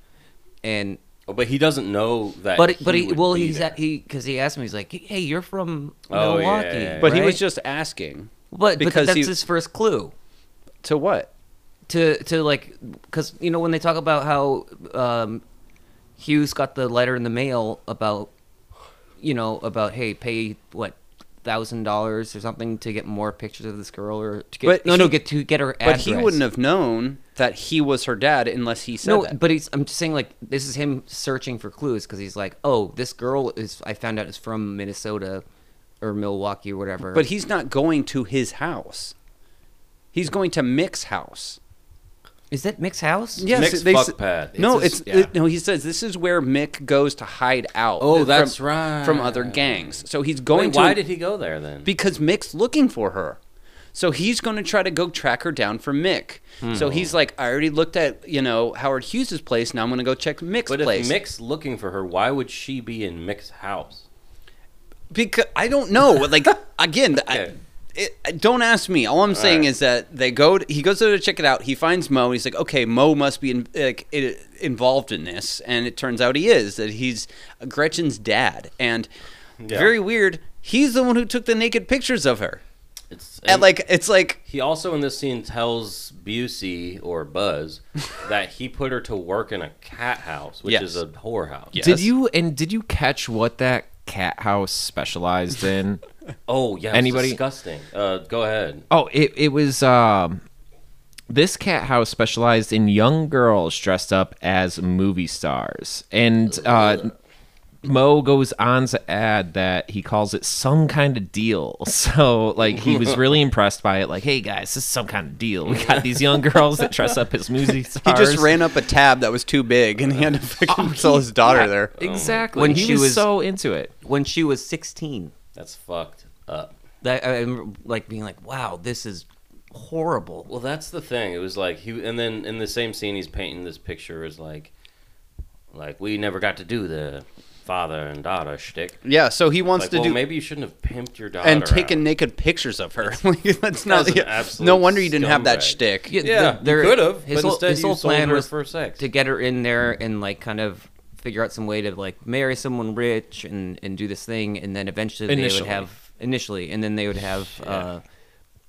and Oh, but he doesn't know that. but but he, would well be he's there. at, he because he asked me he's like hey you're from Oh, yeah, Milwaukee yeah, yeah. but he right? was just asking but, but because that's he- his first clue. to what? to to like because you know when they talk about how um, Hughes got the letter in the mail about you know about hey pay what thousand dollars or something to get more pictures of this girl or to get But no no he- get to get her But address. he wouldn't have known that he was her dad unless he said no that. but he's I'm just saying like this is him searching for clues because he's like oh this girl is I found out is from Minnesota or Milwaukee or whatever But he's not going to his house. He's going to Mick's house. is that Mick's house Yes, Mick's they fuck s- pad. No, It's it's, his- yeah. it- no. He says this is where Mick goes to hide out. Oh, from- that's right. From other gangs, so he's Wait, going to. why did he go there then? because Mick's looking for her. So he's going to try to go track her down for Mick. So Hmm. he's like, I already looked at you know Howard Hughes's place. Now I'm going to go check Mick's but place. if Mick's looking for her, why would she be in Mick's house? because I don't know. Like again, I, Okay. it, I- don't ask me. All I'm saying right. is that they go. He goes there to check it out. He finds Mo. And he's like, okay, Mo must be in, like i involved in this, and it turns out he is. That he's Gretchen's dad, and Yeah. very weird. He's the one who took the naked pictures of her. It's And like it's like He also in this scene tells Busey or Buzz that he put her to work in a cat house, which Yes. is a whorehouse. Yes. Did you and did you catch what that cat house specialized in? Oh yeah. Anybody- Anybody? Disgusting. Uh, go ahead. oh, it it was um this cat house specialized in young girls dressed up as movie stars. And uh Mo goes on to add that he calls it some kind of deal. So, like, he was really impressed by it. Like, hey guys, this is some kind of deal. We got these young girls that dress up as movie He stars. just ran up a tab that was too big, and he had to fucking sell his daughter Yeah, there. Exactly. When he she was was- so into it. when she was sixteen That's fucked up. That, I remember like being like, wow, this is horrible. Well, that's the thing. It was like he, and then in the same scene, he's painting this picture as like, like we never got to do the father and daughter shtick. Yeah, so he wants Like, to well, do maybe you shouldn't have pimped your daughter and taken out. naked pictures of her. like that's guy's not an yeah. absolute no wonder you didn't have that scumbag. shtick. Yeah, there- you could have, his but whole- instead his you whole sold plan her was for sex. to get her in there and like kind of figure out some way to like marry someone rich and and do this thing, and then eventually they Initially. would have initially, and then they would have uh,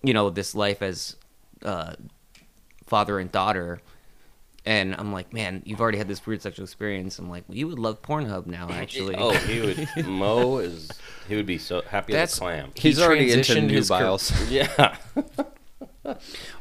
you know this life as uh, father and daughter. And I'm like, man, you've already had this weird sexual experience. I'm like, well, you would love Pornhub now, actually. Oh, he would. Mo is. He would be so happy as That's a clam. He's already into transitioned new his car- biles. Yeah.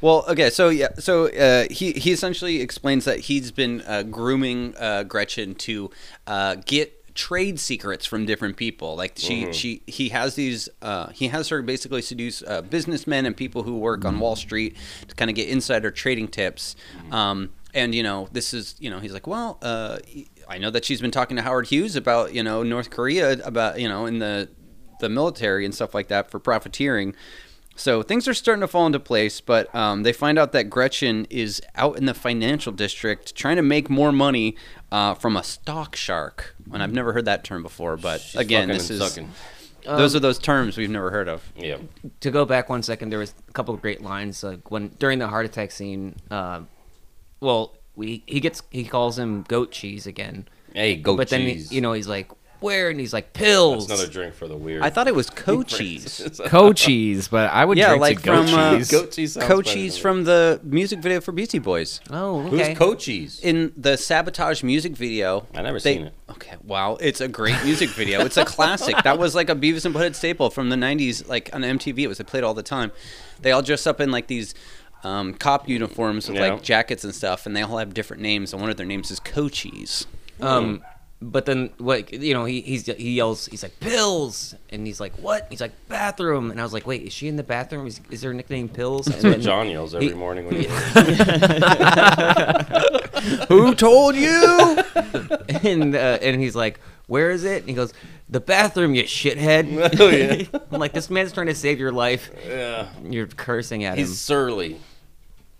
Well, okay, so yeah, so uh, he he essentially explains that he's been uh, grooming uh, Gretchen to uh, get trade secrets from different people. Like she she he has these uh, he has her basically seduce uh, businessmen and people who work on Wall Street to kind of get insider trading tips. Um, and you know this is you know he's like well uh, I know that she's been talking to Howard Hughes about you know North Korea about you know in the the military and stuff like that for profiteering. So things are starting to fall into place, but um, they find out that Gretchen is out in the financial district trying to make more money uh, from a stock shark. And I've never heard that term before, but She's again, fucking this and is sucking. those are those terms we've never heard of. Yeah. to go back one second, there was a couple of great lines. Like when during the heart attack scene, uh, well, we he gets he calls him goat cheese again, Hey, go but then he, cheese. you know he's like where, and he's like pills. Oh, That's another drink for the weird. I thought it was co cheese. Co cheese, but I would yeah, drink like to goat from uh, cheese. Goat cheese sounds co better cheese than- from the music video for Beastie Boys. oh, Who's okay. co cheese? in the sabotage music video I never they- seen it. okay wow it's a great music video it's a classic that was like a beavis and butthead staple from the 90s like on mtv it was they played all the time they all dress up in like these um, cop uniforms with Yeah. like jackets and stuff and they all have different names and one of their names is cochise Um, but then what you know he he's, he yells he's like pills, and he's like what? He's like bathroom, and I was like wait is she in the bathroom? Is, is her nickname pills? And then John yells every He- morning when he who told you and uh, and he's like, "Where is it?" And he goes, "The bathroom, you shithead." Oh, yeah. I'm like, this man's trying to save your life. Yeah. You're cursing at He's him. surly.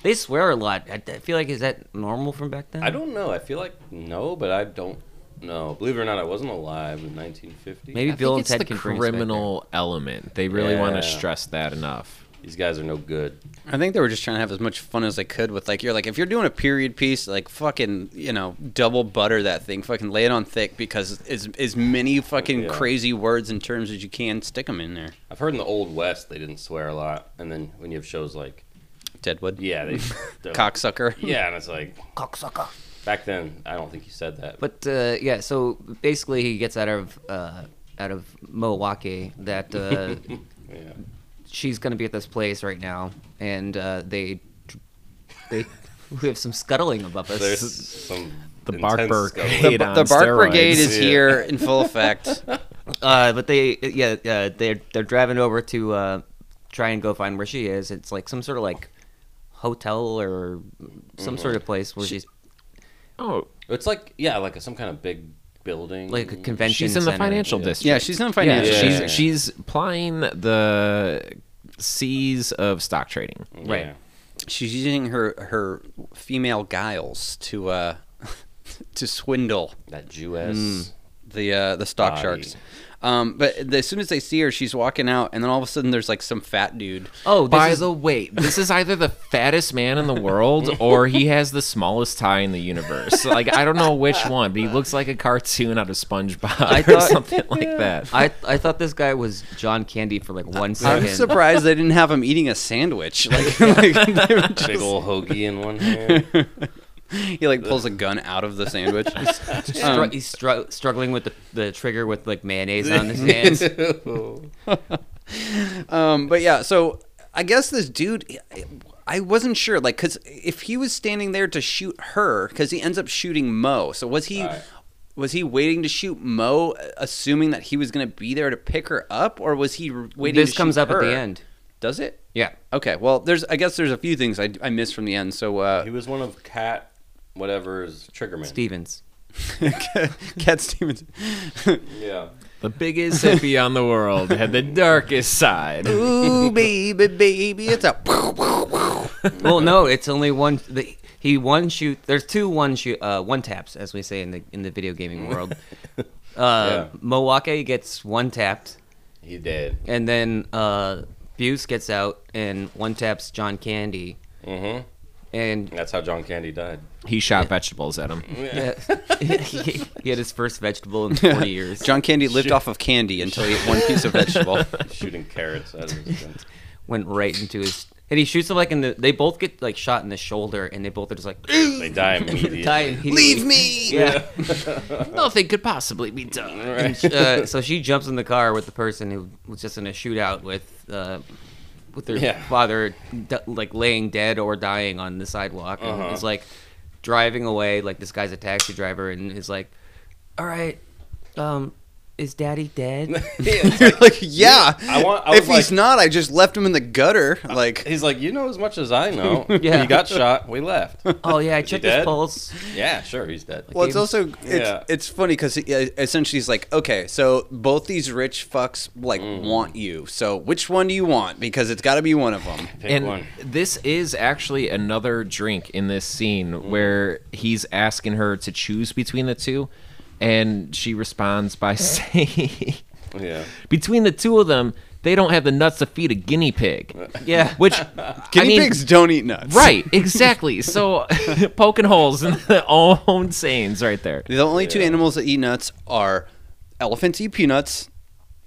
They swear a lot. I, I feel like is that normal from back then? I don't know. I feel like no, but I don't know. Believe it or not, I wasn't alive in 1950. Maybe I Bill think and it's Ted the can bring us back criminal element. They really want Yeah. to stress that enough. These guys are no good. I think they were just trying to have as much fun as they could with like you're like if you're doing a period piece like fucking you know double butter that thing fucking lay it on thick because as as many fucking Yeah. crazy words and terms as you can stick them in there. I've heard in the Old West they didn't swear a lot, and then when you have shows like Deadwood. yeah, they don't- Cocksucker. Yeah, and it's like there. Cocksucker. back then I don't think you said that. But uh, yeah, so basically he gets out of uh, out of Milwaukee that uh, yeah. she's gonna be at this place right now, and uh, they they we have some scuttling above us. There's some The intense Barkberg scuffle. hate The, on the Bark steroids. Brigade is Yeah. here in full effect. Uh, but they, yeah, uh, they're they're driving over to uh, try and go find where she is. It's like some sort of like hotel or some sort of place where she's Oh, It's like yeah, like a, some kind of big building. like a convention. she's in the center. financial Yeah. district. yeah, she's not Yeah, financial. Yeah. she's Yeah. she's plying the seas of stock trading. Yeah. right. She's using her her female guiles to uh to swindle That Jewess. Hmm. the uh, the stock Body. sharks. Um, but the, as soon as they see her, she's walking out, and then all of a sudden, there's like some fat dude. Oh, this By is the way, this is either the fattest man in the world or he has the smallest tie in the universe. Like I don't know which one, but he looks like a cartoon out of SpongeBob I or thought- something like that. I I thought this guy was John Candy for like one I'm second. surprised they didn't have him eating a sandwich. Like, like they were just- Big old hoagie in one hand. he like pulls a gun out of the sandwich. Stru- he's stru- struggling with the, the trigger with like mayonnaise on his hands. Um, but yeah, so I guess this dude, I wasn't sure, like, because if he was standing there to shoot her, because he ends up shooting Mo. So was he? Right. Was he waiting to shoot Mo, assuming that he was going to be there to pick her up, or was he r- waiting? this to comes shoot up at the her? end. Does it? Yeah. Okay. Well, there's. I guess there's a few things I, I missed from the end. So uh, He was one of Cat whatever's triggerman. Stevens. Cat Stevens. Yeah. The biggest hippie on the world had the darkest side. Ooh, baby, baby, it's a. well, no, it's only one. The, he one shoot. There's two one shoot. Uh, one taps, as we say in the in the video gaming world. Uh, Milwaukee gets one tapped, He did. and then uh, Buse gets out and one taps John Candy, hmm and That's how John Candy died. He shot vegetables at him. uh, he, he had his first vegetable in 40 years. John Candy lived off of candy until he ate one piece of vegetable. Shooting carrots out of his gun. Went right into his. And he shoots him like in the. They both get like shot in the shoulder, and they both are just like. They die immediately. die immediately. Leave me. Yeah. Nothing could possibly be done. Right. uh, so she jumps in the car with the person who was just in a shootout with uh, with their Yeah. father d- like laying dead or dying on the sidewalk and Uh-huh. is like driving away like this guy's a taxi driver and is like all right um is daddy dead It's You're like- like, yeah. I want- I if was like- he's not, I just left him in the gutter. Like, He's like, you know as much as I know. Yeah. He got shot. We left. oh yeah i he checked dead? his pulse Yeah, sure, he's dead. well, it's Games- also it's Yeah. it's funny because essentially he's like, okay, so both these rich fucks like want you. So which one do you want? Because it's got to be one of them. Pick And one. this is actually another drink in this scene where he's asking her to choose between the two, and she responds by saying, Yeah. "Between the two of them, they don't have the nuts to feed a guinea pig." yeah Which Guinea I mean, pigs don't eat nuts. Right, exactly. So poking holes in their own sayings right there. The only two animals that eat nuts are elephants eat peanuts,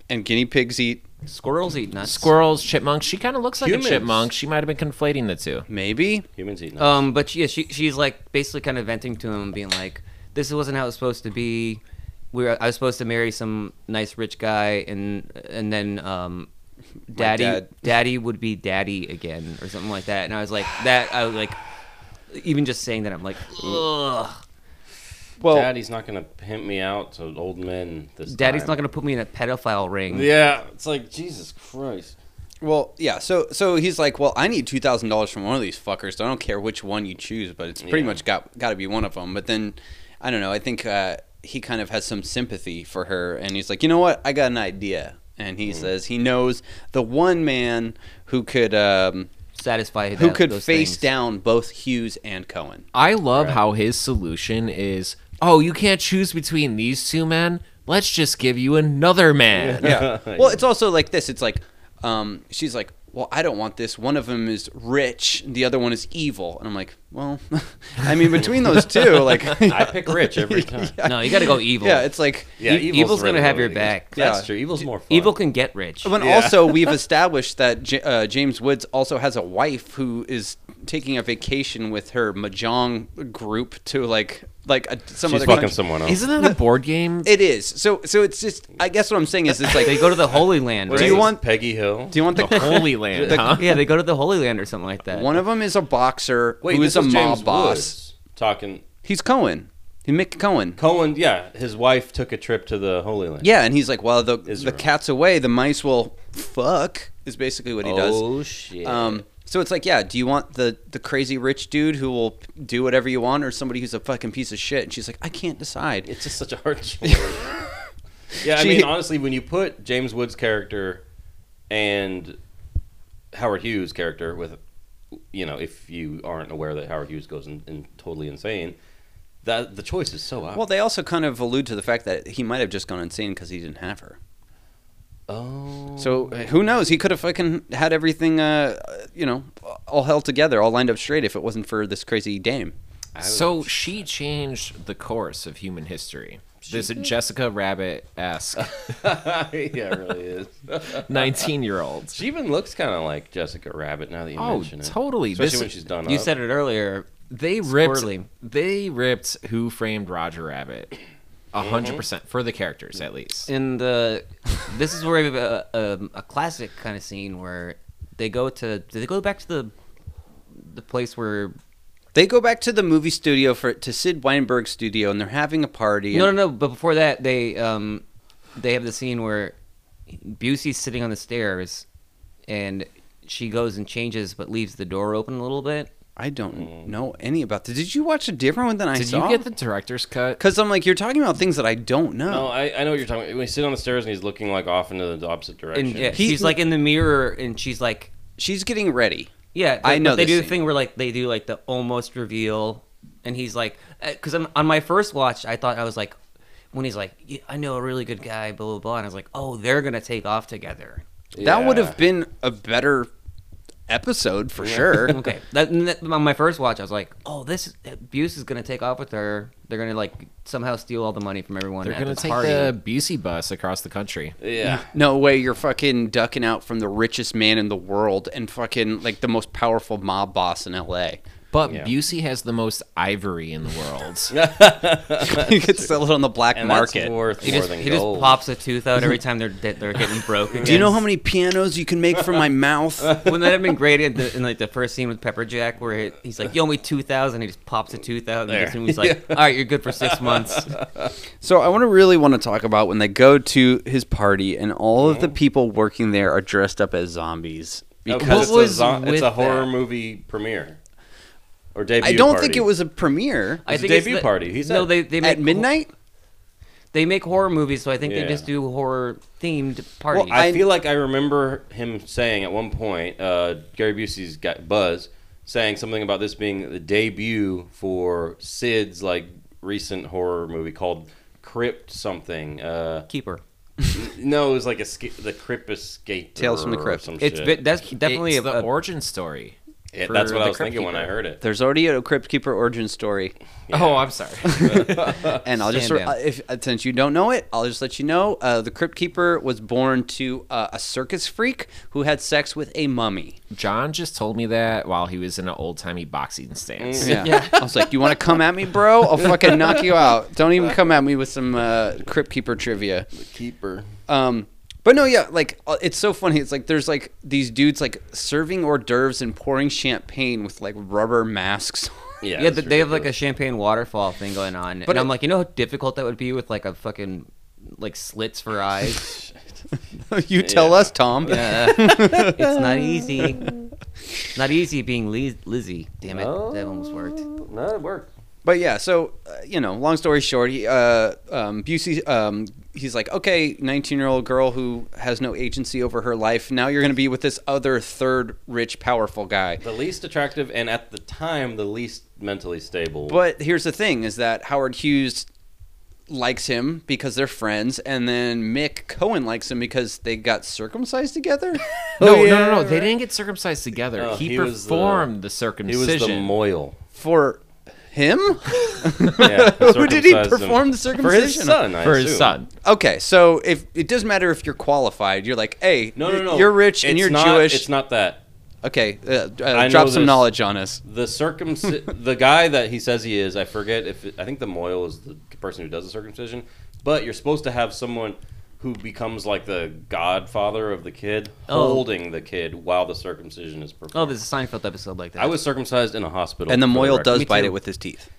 and guinea pigs eat squirrels eat nuts Squirrels, chipmunks. She kind of looks like Humans. a chipmunk. She might have been conflating the two. maybe. Humans eat nuts. Um, but yeah, she she's like basically kind of venting to him, and being like, "This wasn't how it was supposed to be. We were, I was supposed to marry some nice rich guy, and and then um, daddy dad." daddy would be daddy again or something like that." And I was like, that I was like, even just saying that, I'm like, ugh. Well, Daddy's not gonna pimp me out to old men this Daddy's time. not gonna put me in a pedophile ring. Yeah, it's like Jesus Christ. Well, yeah. So, so he's like, "Well, I need two thousand dollars from one of these fuckers. So I don't care which one you choose, but it's pretty Yeah. much got got to be one of them." But then, I don't know. I think uh, he kind of has some sympathy for her, and he's like, "You know what? I got an idea." And he says he knows the one man who could um, Satisfy who that- could those face things. down both Hughes and Cohen. I love how his solution is, "Oh, you can't choose between these two men. Let's just give you another man." yeah. Well, it's also like this. It's like um, she's like, "Well, I don't want this. One of them is rich, the other one is evil." And I'm like, "Well, I mean, between those two, like, I pick rich every time. No, you gotta go evil. yeah, it's like." Yeah, E- evil's, evil's gonna really have your good. back. Yeah. That's true. Evil's more fun. Evil can get rich. But Yeah. also, we've established that J- uh, James Woods also has a wife who is taking a vacation with her mahjong group to like like a, some She's other fucking country. someone up. Isn't that a board game? It is so so. It's just I guess what I'm saying is it's like they go to the Holy Land. What Do right? is you this, want- Peggy Hill? do you want the Holy Land, The- huh? Yeah, they go to the Holy Land or something like that. one of them is a boxer who is a mob boss. talking. He's Cohen. He's Mick Cohen. Cohen, yeah, his wife took a trip to the Holy Land. Yeah, and he's like, well, the Israel. the cat's away. The mice will fuck. Is basically what he does. Oh shit. Um, so it's like, yeah, do you want the the crazy rich dude who will do whatever you want, or somebody who's a fucking piece of shit? And she's like, I can't decide. It's just such a hard choice. yeah, I She- mean, honestly, when you put James Woods' character and Howard Hughes' character with, you know, if you aren't aware that Howard Hughes goes in, in totally insane, that the choice is so obvious. Well, they also kind of allude to the fact that he might have just gone insane because he didn't have her. oh, So uh, who knows? He could have fucking had everything, uh, uh, you know, all held together, all lined up straight if it wasn't for this crazy dame. So she changed the course of human history. This Jessica Rabbit esque yeah, it really is. 19 year old. She even looks kind of like Jessica Rabbit now that you Oh, mention it. totally. Especially This- when she's done. you up. said it earlier. They ripped. Squirrely. They ripped Who Framed Roger Rabbit. A hundred percent for the characters, at least. In the, this is where we have a, um, a, a classic kind of scene where they go to. Did they go back to the, the place where? They go back to the movie studio for to Sid Weinberg's studio, and they're having a party. No, no, and- no. But before that, they um, they have the scene where Busey's sitting on the stairs, and she goes and changes, but leaves the door open a little bit. I don't know any about this. Did you watch a different one than I Did saw? you get the director's cut? Because I'm like, you're talking about things that I don't know. No, I, I know what you're talking about. When he's sitting on the stairs and he's looking like off into the opposite direction. And yeah, He- she's like in the mirror, and she's like, She's getting ready. yeah. I but know They this do the scene. thing where like they do like the almost reveal, and he's like, because I'm on my first watch, I thought I was like, when he's like, yeah, I know a really good guy, blah blah blah, and I was like, oh, they're gonna take off together. That would Yeah. have been a better episode for sure. okay. That, and that- on my first watch, I was like, "Oh, this Buse is gonna take off with her. They're gonna like somehow steal all the money from everyone They're at gonna this take party." the Busey bus across the country. Yeah. No way you're fucking ducking out from the richest man in the world and fucking like the most powerful mob boss in LA. But Yeah. Busey has the most ivory in the world. you could sell it on the black And that's market. worth He more just than he gold. just pops a tooth out every time they're dead, they're getting broke. Again. Do you know how many pianos you can make from my mouth? Wouldn't that have been great in, the, in like the first scene with Pepper Jack, where he, he's like, "You owe me two thousand. He just pops a tooth out, and There. gets him, he's like, "All right, you're good for six months." So I want to really want to talk about when they go to his party and all Mm-hmm. of the people working there are dressed up as zombies Because because it's, What was a, zo- with it's a horror that? movie premiere or debut. I don't party. think it was a premiere I It's a think it's debut the- party, he no, said. they they make at midnight. They make horror movies, so I think Yeah. they just do horror themed parties. Well, I I- feel like I remember him saying at one point, uh, Gary Busey's got Buzz saying something about this being the debut for Sid's like recent horror movie called Crypt something. Uh, Keeper. no, it was like esca- the Crypt Escape. Tales from the Crypt. Some It's shit. been, that's definitely It's a, Uh, the a origin story. Yeah, for that's what I the was Crypt thinking when I Keeper. heard it. There's already a Crypt Keeper origin story, Oh, I'm sorry. and I'll just Stand uh, down. if since you don't know it, I'll just let you know. Uh, the Crypt Keeper was born to uh, a circus freak who had sex with a mummy. John just told me that while he was in an old timey boxing stance. Mm. Yeah. I was like, "You want to come at me, bro? I'll fucking knock you out. Don't even come at me with some uh, Crypt Keeper trivia." Keeper. Um, but no, yeah, like uh, it's so funny. It's like there's like these dudes like serving hors d'oeuvres and pouring champagne with like rubber masks. on. Yeah, Yeah, it's th they have like a ridiculous. champagne waterfall thing going on, But and I'm it- like, you know how difficult that would be with like a fucking like slits for eyes. you tell Yeah. us, Tom. Yeah. it's not easy. Not easy being Liz- Lizzie. Damn it, that almost worked. No, it worked. But yeah, so uh, you know, long story short, he, uh, um, Busey, um, he's like, okay, nineteen-year-old girl who has no agency over her life. Now you're going to be with this other third rich, powerful guy. The least attractive and at the time the least mentally stable. But here's the thing: is that Howard Hughes likes him because they're friends, and then Mick Cohen likes him because they got circumcised together. No, no, no, no. They didn't get circumcised together. No, he, Oh, he was the- performed the, he circumcision. was the Moyle. for him. Yeah, Who did he circumcised him. perform the For circumcision? his son, I for his assume. son. Okay, so if it doesn't matter if you're qualified, you're like, hey, No, no, no. you're rich and It's you're not- Jewish. It's not that. Okay, uh, uh, know drop some this. knowledge on us. The circumci- the guy that he says he is, I forget if it, I think the Moyle is the person who does the circumcision, but you're supposed to have someone who becomes like the godfather of the kid, Oh. holding the kid while the circumcision is performed. Oh, there's a Seinfeld episode like that. I was circumcised in a hospital, And the for Moyle record. does Me bite too. it with his teeth.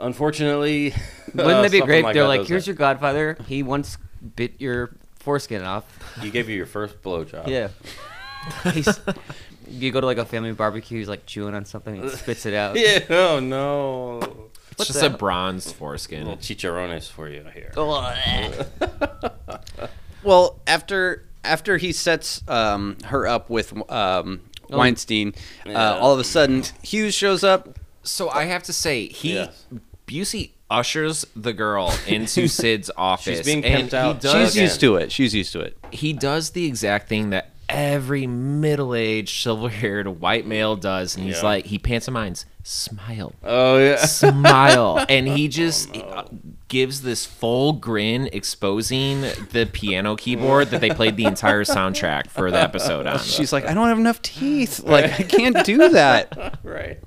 Unfortunately, Wouldn't uh, that be something great? They're that like, does here's that. your Godfather. He once bit your foreskin off. He gave you your first blowjob. Yeah. He's, you go to like a family barbecue. He's like chewing on something. He spits it out. Yeah. Oh no. It's What just the a hell? bronzed foreskin. Little chicharrones for you here. Ugh. Well, after after he sets um, her up with um, Weinstein, uh, all of a sudden Hughes shows up. So I have to say, he Yes. Busey ushers the girl into Sid's office. being and pimped he out. Does, She's Again. used to it. She's used to it. he does the exact thing that every middle-aged silver-haired white male does and he's Yeah. like he pantomimes smile Oh yeah. smile and he just uh, gives this full grin exposing the piano keyboard that they played the entire soundtrack for the episode on She's like, I don't have enough teeth. Like I can't do that. Right.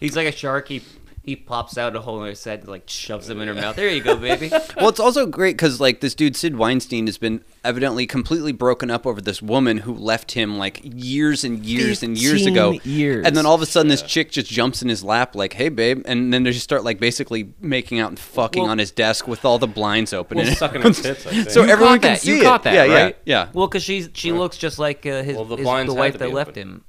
He's like a shark. He he pops out a hole in his head and like shoves him in her mouth. There you go, baby. Well, it's also great because like this dude Sid Weinstein has been evidently completely broken up over this woman who left him like years and years and years ago. 15 years. And then all of a sudden, this chick just jumps in his lap like, "Hey, babe," and then they just start like basically making out and fucking Well- on his desk with all the blinds open. Well, and sucking her tits. I think. So You everyone caught can that. see You it. caught that, yeah, right? yeah, yeah. Well, because she's she looks just like uh, his Well, the his- the, blinds had wife to that be left open. him.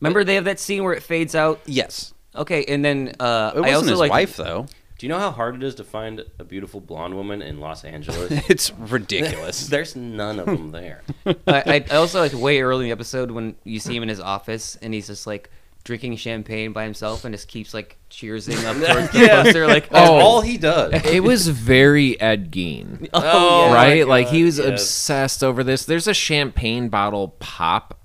Remember they have that scene where it fades out. Yes. Okay, and then uh, It wasn't I also his like wife though. Do you know how hard it is to find a beautiful blonde woman in Los Angeles? It's ridiculous. There's none of them there. I, I also like way early in the episode when you see him in his office and he's just like drinking champagne by himself and just keeps like cheersing up towards the poster like That's Oh. all he does. It was very Ed Gein. oh, yeah. right? Like he was yes. obsessed over this. There's a champagne bottle pop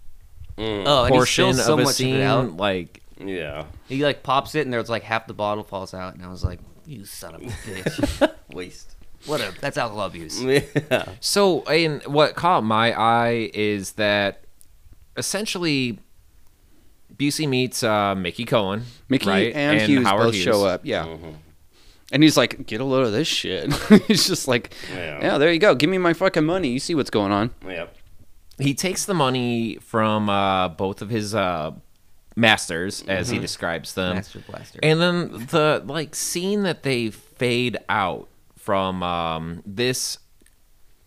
oh, and he portion spills so of a much scene. of it out. Like Yeah. He like pops it and there's like half the bottle falls out and I was like, you son of a bitch. Waste. what a that's alcohol abuse. Yeah. so, and what caught my eye is that essentially Busey meets uh, Mickey Cohen, Mickey right? and, Hughes Howard both Hughes. show up. Yeah. Mm-hmm. And he's like, get a load of this shit. he's just like, Yeah. yeah. there you go. Give me my fucking money. You see what's going on. Yeah. He takes the money from uh, both of his uh, masters, as Mm-hmm. he describes them. Master Blaster. And then the like scene that they fade out from um, this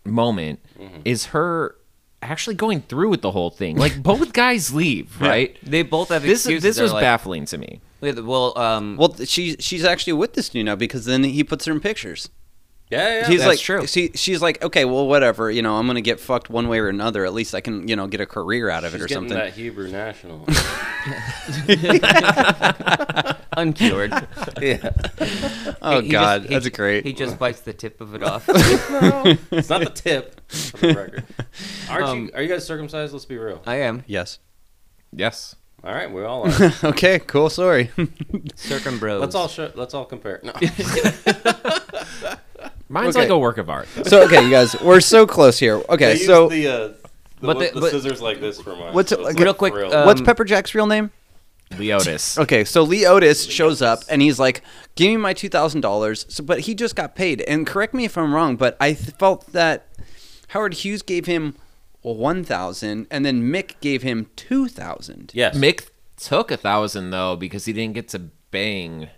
moment Mm-hmm. is her actually going through with the whole thing. Like both guys leave, right? they both have This excuses. this They're was like, baffling to me. "Wait, Well, um, Well, th- she, she's actually with this dude now because then he puts her in pictures. Yeah. She's that's like, true. She, she's like, okay, well, whatever. You know, I'm going to get fucked one way or another. At least I can, you know, get a career out of She's it or getting something. that Hebrew national. uncured. yeah. Oh, He just- God. he- that's great. He just bites the tip of it off. It's not the tip. For the record. Aren't Um, you? Are you guys circumcised? Let's be real. I am yes. Yes. All right, we all are. okay, cool. Sorry. circumbros. let's all show, let's all compare. No. Mine's Okay. like a work of art. so, okay, you guys, we're so close here. Okay, They use so the, uh, the, But li- the- the, but- scissors like this for mine. What's- so it's real like quick, real. uh, what's um, Pepper Jack's real name? Leotis. Okay, so Lee Otis shows up and he's like, "Give me my two thousand dollars." So, but he just got paid. And correct me if I'm wrong, but I th- felt that Howard Hughes gave him one thousand, and then Mick gave him two thousand. yes. Mick took a thousand though because he didn't get to bang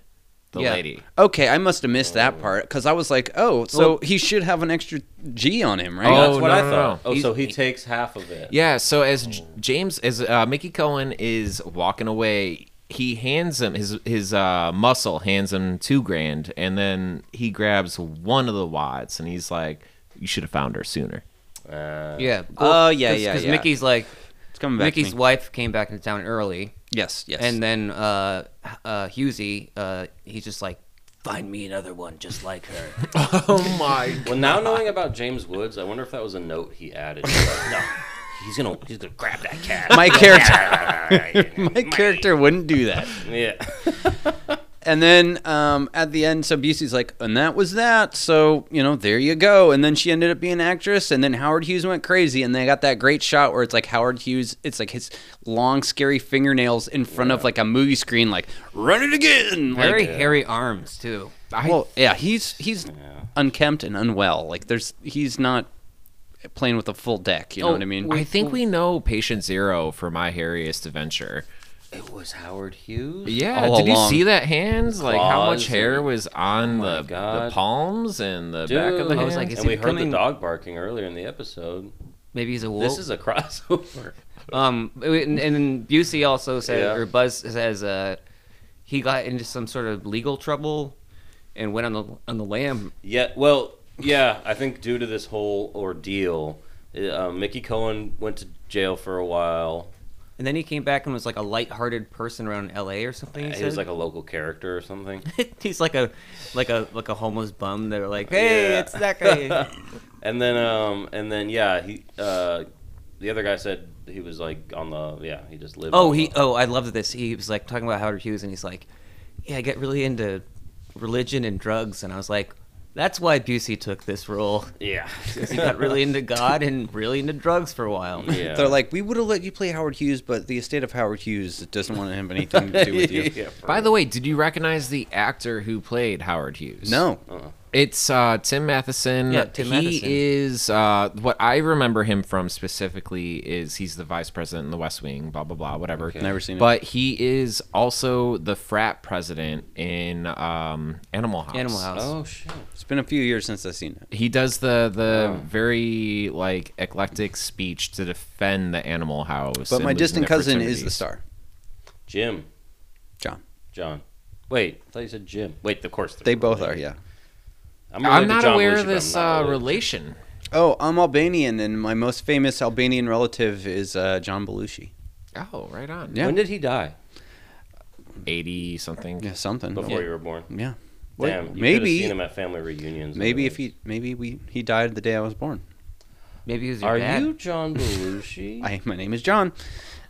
the Yeah. lady. Okay, I must have missed that part because I was like, "Oh, so he should have an extra G on him, right?" Oh, That's what no, I no, thought. no. Oh, so He's- he takes half of it. Yeah, so as J- James as uh, Mickey Cohen is walking away, he hands him his his uh, muscle hands him 2 grand and then he grabs one of the wads and he's like you should have found her sooner. Uh, Yeah. Oh, yeah, yeah, Because yeah. Mickey's like it's coming back. Oh, Mickey's to me. wife came back into town early, yes, yes, and then uh, h- uh, Husey, uh, he's just like, find me another one just like her. Oh my. Well, now knowing about James Woods, I wonder if that was a note he added. He's like, no, he's gonna he's gonna grab that cat. my character, my character wouldn't do that. Yeah. And then um, at the end, so Busey's like, and that was that. So, you know, there you go. And then she ended up being an actress. And then Howard Hughes went crazy. And they got that great shot where it's like Howard Hughes, it's like his long, scary fingernails in front of like a movie screen, like, run it again. Like, Very hairy arms too. well, yeah, he's he's Yeah. unkempt and unwell. Like, there's he's not playing with a full deck. You know Oh, what I mean? I think we know patient 0 for my hairiest adventure. It was Howard Hughes. Yeah, All did you along. see that hands? Like how claws much hair and- was on my the, the God. palms and the back of the Dude. hands? I was like, Is and he we heard becoming- the dog barking earlier in the episode. Maybe he's a wolf. This is a crossover. Um, and, and then Busey also said, Yeah. or Buzz says, uh, he got into some sort of legal trouble and went on the on the lam. Yeah, well, yeah, I think due to this whole ordeal, uh, Mickey Cohen went to jail for a while. And then he came back and was like a light-hearted person around L.A. or something. He, He, was said. like a local character or something. he's like a like a like a homeless bum. They're like, hey, Yeah. it's that guy. and then, um, and then, yeah, he, uh, the other guy said he was like on the, yeah, he just lived. oh, on he. the- Oh, I loved this. He was like talking about Howard Hughes, and he's like, yeah, I get really into religion and drugs, and I was like, that's why Busey took this role. yeah, 'Cause He got really into God and really into drugs for a while. yeah. They're like, we would have let you play Howard Hughes, but the estate of Howard Hughes doesn't want to have anything to do with you. Yeah, for By real. the way, did you recognize the actor who played Howard Hughes? No. It's uh, Tim Matheson. Yeah, Tim he Matheson. is uh, what I remember him from specifically is he's the vice president in the West Wing, blah blah blah, whatever. Never seen it. But he is also the frat president in um, Animal House. Animal House. oh shit, It's been a few years since I've seen it. He does the the very like eclectic speech to defend the Animal House. But and my losing distant their cousin is the fraternities. star. Jim. John. John. Wait, I thought you said Jim. Wait, of course they're They both are, related. yeah. I'm, I'm related to not John aware Belushi, of but I'm this not uh, related. relation. Oh, I'm Albanian, and my most famous Albanian relative is uh, John Belushi. Oh, right on. Yeah. When did he die? 80 something. Yeah, something. Before yeah. you were born. yeah. Well, Damn, you maybe maybe- seen him at family reunions. Maybe if he maybe we he died the day I was born. Maybe it was your are dad. you John Belushi? I my name is John.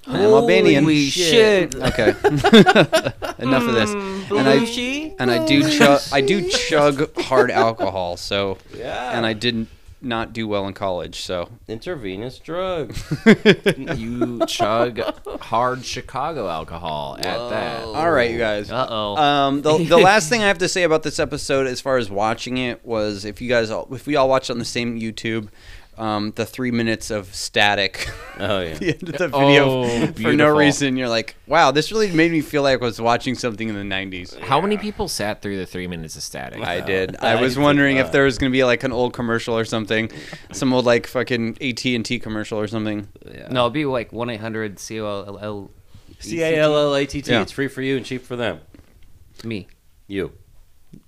I am Albanian. Holy shit. Okay. Enough of this. And I Belushi? and I do chug I do chug hard alcohol, so yeah. and I didn't not do well in college, so intravenous drug. you chug hard Chicago alcohol at that. all right, you guys. Uh oh. Um, the, the last thing I have to say about this episode, as far as watching it, was if you guys, all, if we all watched on the same YouTube, um, the three minutes of static, Oh yeah. the end of the video, Oh, for no beautiful. reason, you're like, wow, this really made me feel like I was watching something in the '90s. How many people sat through the three minutes of static? I though? did. I was did wondering if that. there was gonna be like an old commercial or something, some old like fucking AT and T commercial or something. no, it'd be like 1 800 C O L L C A L L A T T. Yeah. It's free for you and cheap for them. me. You.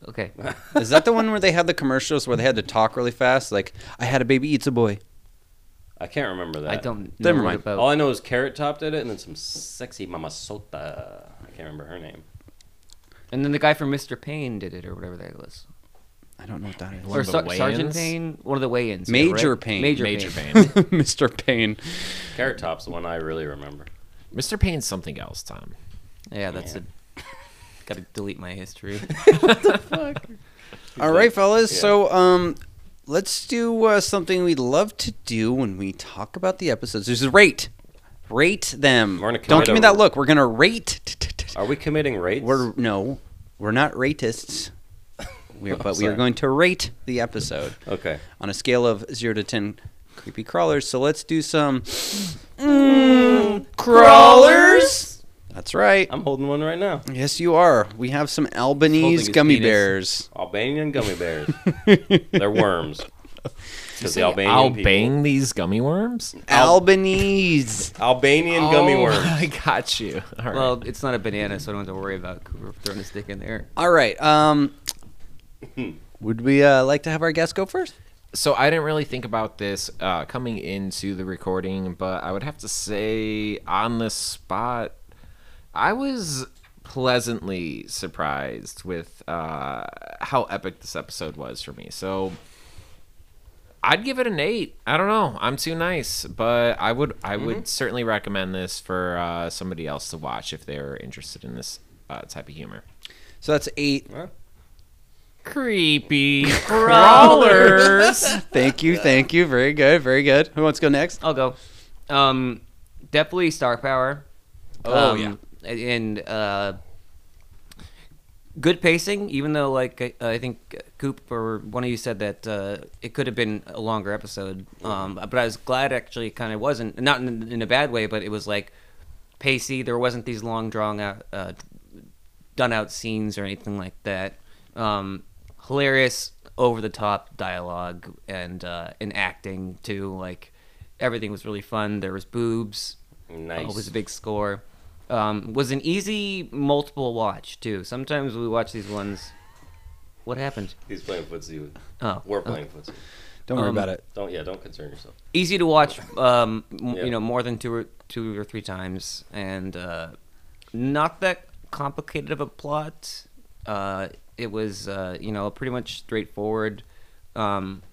Okay. Is that the one where they had the commercials where they had to talk really fast? Like, I had a baby, eats a boy. I can't remember that. I don't know Never what mind. about. Uh, All I know is Carrot Top did it, and then some sexy Mama Sota. I can't remember her name. and then the guy from Mr. Payne did it or whatever that was. I don't know what that is. One or of the Sar- Sergeant weigh-ins? Payne? One of the weigh ins. Major Payne. Major, Major Payne. Payne. Mr. Payne. Carrot Top's the one I really remember. Mr. Payne's something else, Tom. Yeah, that's it. Gotta delete my history. All right, fellas. Yeah. So, um, let's do uh, something we love to do when we talk about the episodes. This is rate, rate them. We're gonna Don't commit give me a- that look. We're gonna rate. Are we committing rates? We're no, we're not ratists. Oh, We're, but we are sorry. going to rate the episode okay. on a scale of zero to ten creepy crawlers. So let's do some Mm, crawlers. That's right. I'm holding one right now. Yes, you are. We have some Holding Albanese his gummy penis. bears. Albanian gummy bears. They're worms. Because the Albanian I'll people- bang these gummy worms. Albanese. Albanian gummy Oh, worms. I got you. All right. well, it's not a banana, so I don't have to worry about Cooper throwing a stick in there. All right. Um, would we uh, like to have our guest go first? so I didn't really think about this uh, coming into the recording, but I would have to say on the spot, I was pleasantly surprised with uh, how epic this episode was for me. So I'd give it an eight. I don't know. I'm too nice, but I would I would certainly recommend this for uh, somebody else to watch if they're interested in this uh, type of humor. So that's eight. Creepy crawlers. Thank you. Thank you. Very good. Very good. Who wants to go next? I'll go. Um, definitely star power. Oh, Um, and uh, good pacing. Even though, like I, I think Coop or one of you said that uh, it could have been a longer episode, um, but I was glad actually it kind of wasn't. Not in, in a bad way, but it was like pacey. There wasn't these long drawn out, uh, done out scenes or anything like that. Um, hilarious, over the top dialogue and uh, and acting too. Like everything was really fun. There was boobs. Nice. Always a big score. Um, was an easy multiple watch too. Sometimes we watch these ones. What happened? He's playing footsie. With, Oh, We're playing footsie. Don't worry Um, about it. Don't yeah. Don't concern yourself. easy to watch um m Yeah. you know more than two or two or three times and uh not that complicated of a plot uh it was uh you know pretty much straightforward um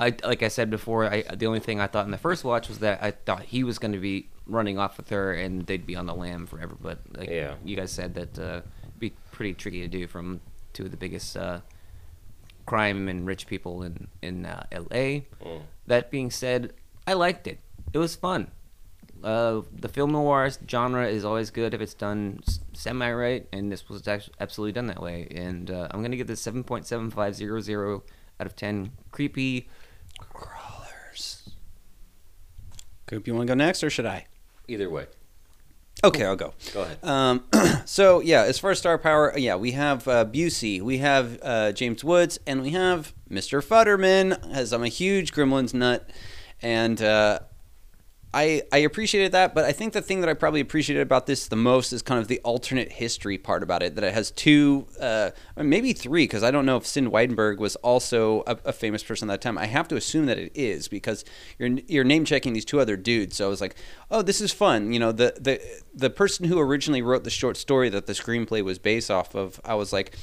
I like I said before I the only thing I thought in the first watch was that I thought he was going to be running off with her and they'd be on the lam forever but like Yeah. you guys said that uh it'd be pretty tricky to do from two of the biggest uh crime and rich people in in uh, LA. Mm. That being said, I liked it. It was fun. Uh, the film noir genre is always good if it's done semi right, and this was actually absolutely done that way. And uh, I'm gonna give this 7.7500 out of 10. Creepy. Coop, you want to go next, or should I? Either way, Okay, I'll go. go ahead. Um, so yeah, as far as star power, yeah, we have uh, Busey, we have uh, James Woods, and we have Mr. Futterman. As I'm a huge Gremlins nut, and uh, I, I appreciated that, but I think the thing that I probably appreciated about this the most is kind of the alternate history part about it. That it has two, uh, or maybe three, because I don't know if Sin Weidenberg was also a, a famous person at that time. I have to assume that it is because you're you're name checking these two other dudes. So I was like, oh, this is fun. You know, the the the person who originally wrote the short story that the screenplay was based off of. I was like,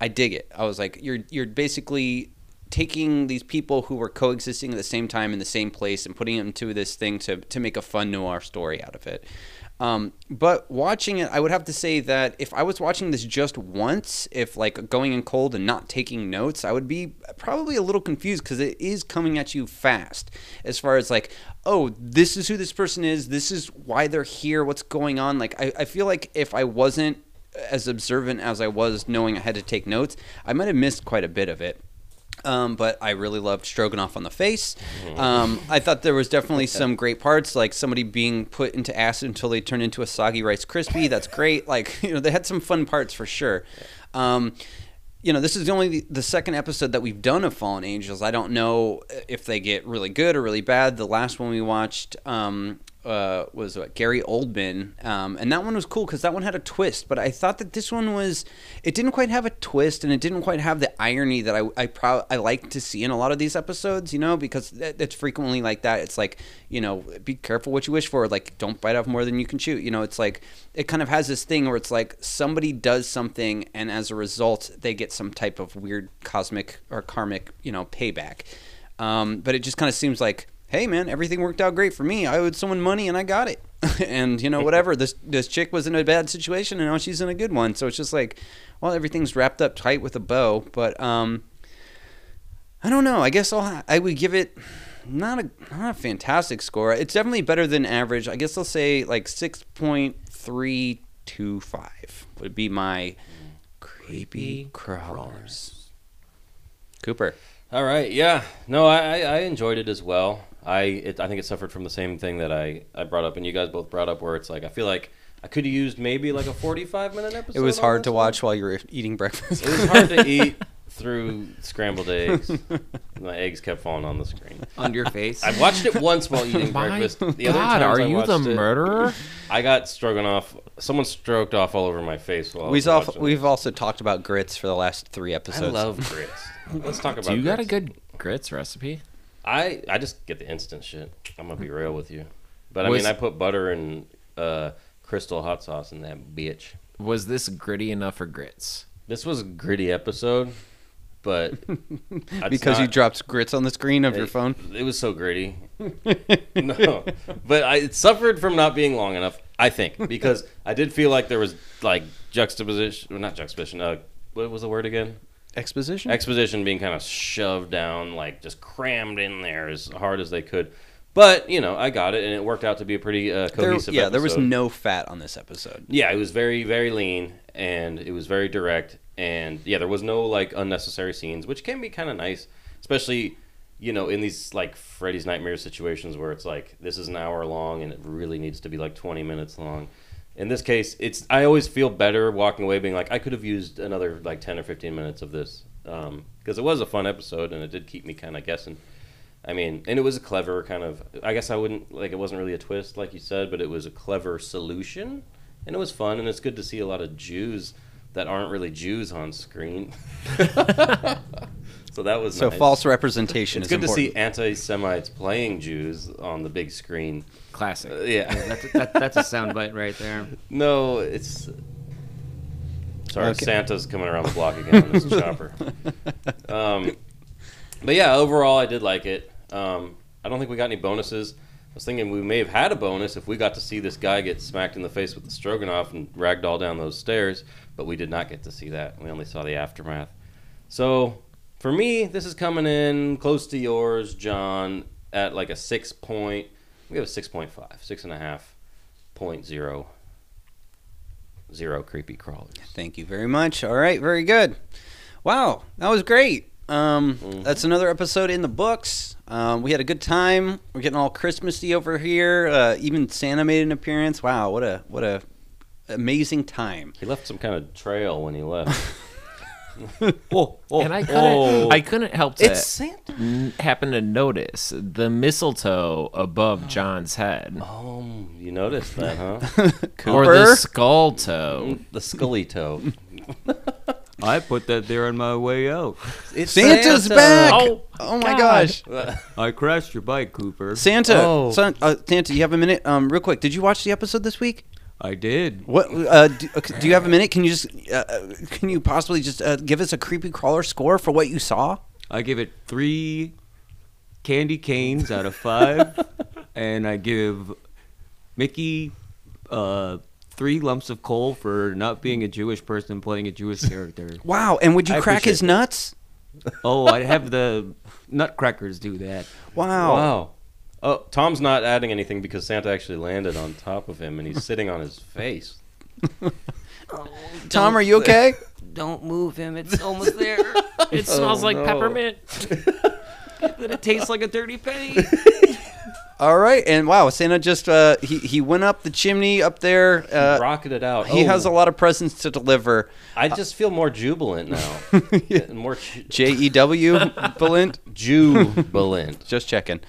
I dig it. I was like, you're you're basically taking these people who were coexisting at the same time in the same place and putting them to this thing to, to make a fun noir story out of it. Um, but watching it, I would have to say that if I was watching this just once, if like going in cold and not taking notes, I would be probably a little confused because it is coming at you fast as far as like, oh, this is who this person is, this is why they're here, what's going on. Like, I, I feel like if I wasn't as observant as I was knowing I had to take notes, I might have missed quite a bit of it. Um, but I really loved Stroganoff on the face. Um, I thought there was definitely some great parts, like somebody being put into acid until they turn into a soggy Rice crispy. That's great. Like you know, they had some fun parts for sure. Um, you know, this is only the, the second episode that we've done of Fallen Angels. I don't know if they get really good or really bad. The last one we watched um, uh, was what, Gary Oldman, um, and that one was cool because that one had a twist. But I thought that this one was, it didn't quite have a twist, and it didn't quite have the irony that I I, pro- I like to see in a lot of these episodes. You know, because that, that's frequently like that. It's like you know, be careful what you wish for. Like, don't bite off more than you can chew. You know, it's like it kind of has this thing where it's like somebody does something, and as a result, they get some type of weird cosmic or karmic, you know, payback. Um, but it just kind of seems like hey man everything worked out great for me i owed someone money and i got it and you know whatever this this chick was in a bad situation and now she's in a good one so it's just like well everything's wrapped up tight with a bow but um i don't know i guess I'll, i would give it not a not a fantastic score it's definitely better than average i guess i'll say like 6.325 would be my Mm. creepy crawlers cooper All right, yeah. No, I, I I enjoyed it as well. I it, I think it suffered from the same thing that I, I brought up and you guys both brought up, where it's like I feel like I could have used maybe like a forty five minute episode. it was on hard this to one. watch while you were eating breakfast It was hard to eat through scrambled eggs. My eggs kept falling on the screen. on your face. I watched it once while eating breakfast. The other God, times are I you the watched it, murderer? I got stroking off. Someone stroked off all over my face while I was We've, al- watching it. we've also talked about grits for the last three I episodes. love grits. Let's talk about. Do you got a grits. good grits recipe? I I just get the instant shit. I'm gonna be real with you, but I Was- mean I put butter and uh, crystal hot sauce in that bitch. Was this gritty enough for grits? This was a gritty episode, but it's because you not- dropped grits on the screen of your it- phone. It was so gritty. no, but I it suffered from not being long enough. I think because I did feel like there was like juxtaposition, or not juxtaposition. Uh, what was the word again? Exposition? exposition being kind of shoved down, like just crammed in there as hard as they could. But you know, I got it, and it worked out to be a pretty uh, There- cohesive. yeah, there was episode. no fat on this episode. Yeah, it was very very lean, and it was very direct, and yeah, there was no like unnecessary scenes, which can be kind of nice, especially you know in these like Freddy's Nightmare situations where it's like this is an hour long and it really needs to be like twenty minutes long. In this case, it's I always feel better walking away being like I could have used another like ten or fifteen minutes of this because it was a fun episode and it did keep me kind of guessing. I mean, and it was a clever kind of. I guess I wouldn't like it wasn't really a twist, like you said, but it was a clever solution, and it was fun, and it's good to see a lot of Jews that aren't really Jews on screen. so that was So nice. false representation It's is good important. to see anti-Semites playing Jews on the big screen. Classic. Uh, yeah, That's a, that, that's a soundbite right there. no, it's. Sorry, Okay. Santa's coming around the block again on this chopper. Um, but yeah, overall, I did like it. Um, I don't think we got any bonuses. I was thinking we may have had a bonus if we got to see this guy get smacked in the face with the stroganoff and ragdoll down those stairs, but we did not get to see that. We only saw the aftermath. So for me, this is coming in close to yours, John, at like a six point. We have a six point five, six and a half point zero zero creepy crawlers. Thank you very much. All right, very good. Wow, that was great. Um, Mm-hmm. That's another episode in the books. Um, we had a good time. We're getting all Christmassy over here. Uh, even Santa made an appearance. Wow, what a what a amazing time. He left some kind of trail when he left. Oh, oh, And I couldn't, oh. I couldn't help to Uh, It's Santa. n- happen to notice the mistletoe above John's head, Oh, you noticed that, huh? or Cooper? the skull toe. the scully toe. I put that there on my way out. It's Santa's Santa. back! Oh, Oh my gosh. gosh, I crashed your bike, Cooper. Santa! Oh. Son, uh, Santa, you have a minute? Um, real quick, did you watch the episode this week? I did. What uh, do, okay, do you have a minute? Can you just uh, uh, can you possibly just uh, give us a creepy crawler score for what you saw? I give it three candy canes out of five, and I give Mickey uh, three lumps of coal for not being a Jewish person playing a Jewish character. Wow! And would you I crack his appreciate nuts? oh, I have the nutcrackers do that. Wow! Wow. Oh, Tom's not adding anything because Santa actually landed on top of him and he's sitting on his face. Tom, are you okay? Don't move him. It's almost there. It smells like Oh, no. peppermint. then it tastes like a dirty penny. All right. And wow, Santa just uh, he he went up the chimney up there. Uh, Rocketed out. he Oh, has a lot of presents to deliver. I just feel more jubilant now. And More ju- J E W Balint. jubilant. Just checking.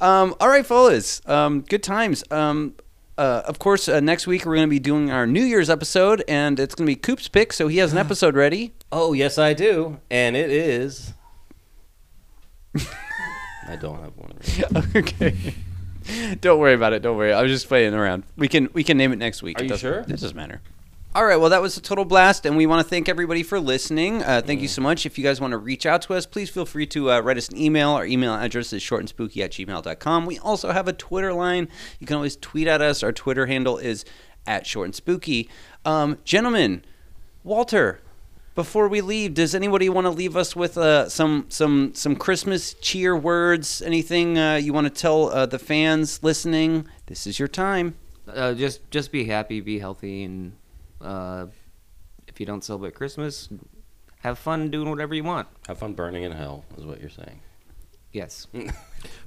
Um, all right, fellas. Um, good times. Um, uh, of course, uh, next week we're going to be doing our New Year's episode, and it's going to be Coop's pick, so he has an episode ready. Oh, yes, I do. And it is. I don't have one. Right. okay. Don't worry about it. Don't worry. I was just playing around. We can we can name it next week. Are It you doesn't- sure? It doesn't matter. All right. Well, that was a total blast, and we want to thank everybody for listening. Uh, thank you so much. If you guys want to reach out to us, please feel free to uh, write us an email. Our email address is shortandspooky at gmail.com. We also have a Twitter line. You can always tweet at us. Our Twitter handle is at short and spooky. Um, gentlemen, Walter, before we leave, does anybody want to leave us with uh, some some some Christmas cheer words? Anything uh, you want to tell uh, the fans listening? This is your time. uh, just just be happy, be healthy, and uh, if you don't celebrate Christmas, have fun doing whatever you want. Have fun burning in hell, is what you're saying. Yes.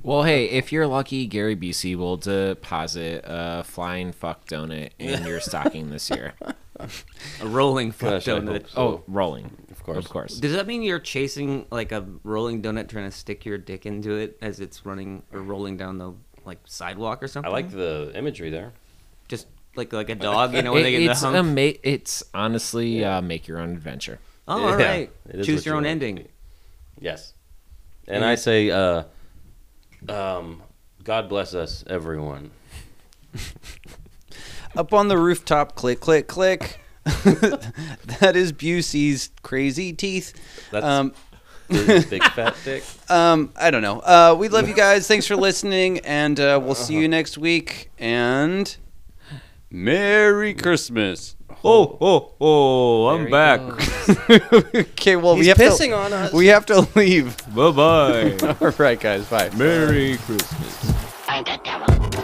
Well, hey, if you're lucky, Gary BC will deposit a flying fuck donut in your stocking this year. A rolling fuck Gosh, I donut. hope so. Oh, rolling, Of course. of course. Does that mean you're chasing like a rolling donut, trying to stick your dick into it as it's running or rolling down the like sidewalk or I something? like the imagery there. just like like a dog, you know, when It- they get in the it's um, hump. ama- it's honestly uh, make your own adventure. oh, all Yeah, right. it is Choose what your you own want. ending. Yes. And I say, uh, um, God bless us, everyone. Up on the rooftop, click click click. that is Busey's crazy teeth. That's Um, his big fat dick. um, I don't know. Uh, we love you guys. Thanks for listening, and uh, we'll see you next week. And Merry Christmas. Oh, oh, oh! I'm back. okay, well we have to, on us. we have to leave. Bye bye. All right, guys. Bye. Merry Christmas. By the devil.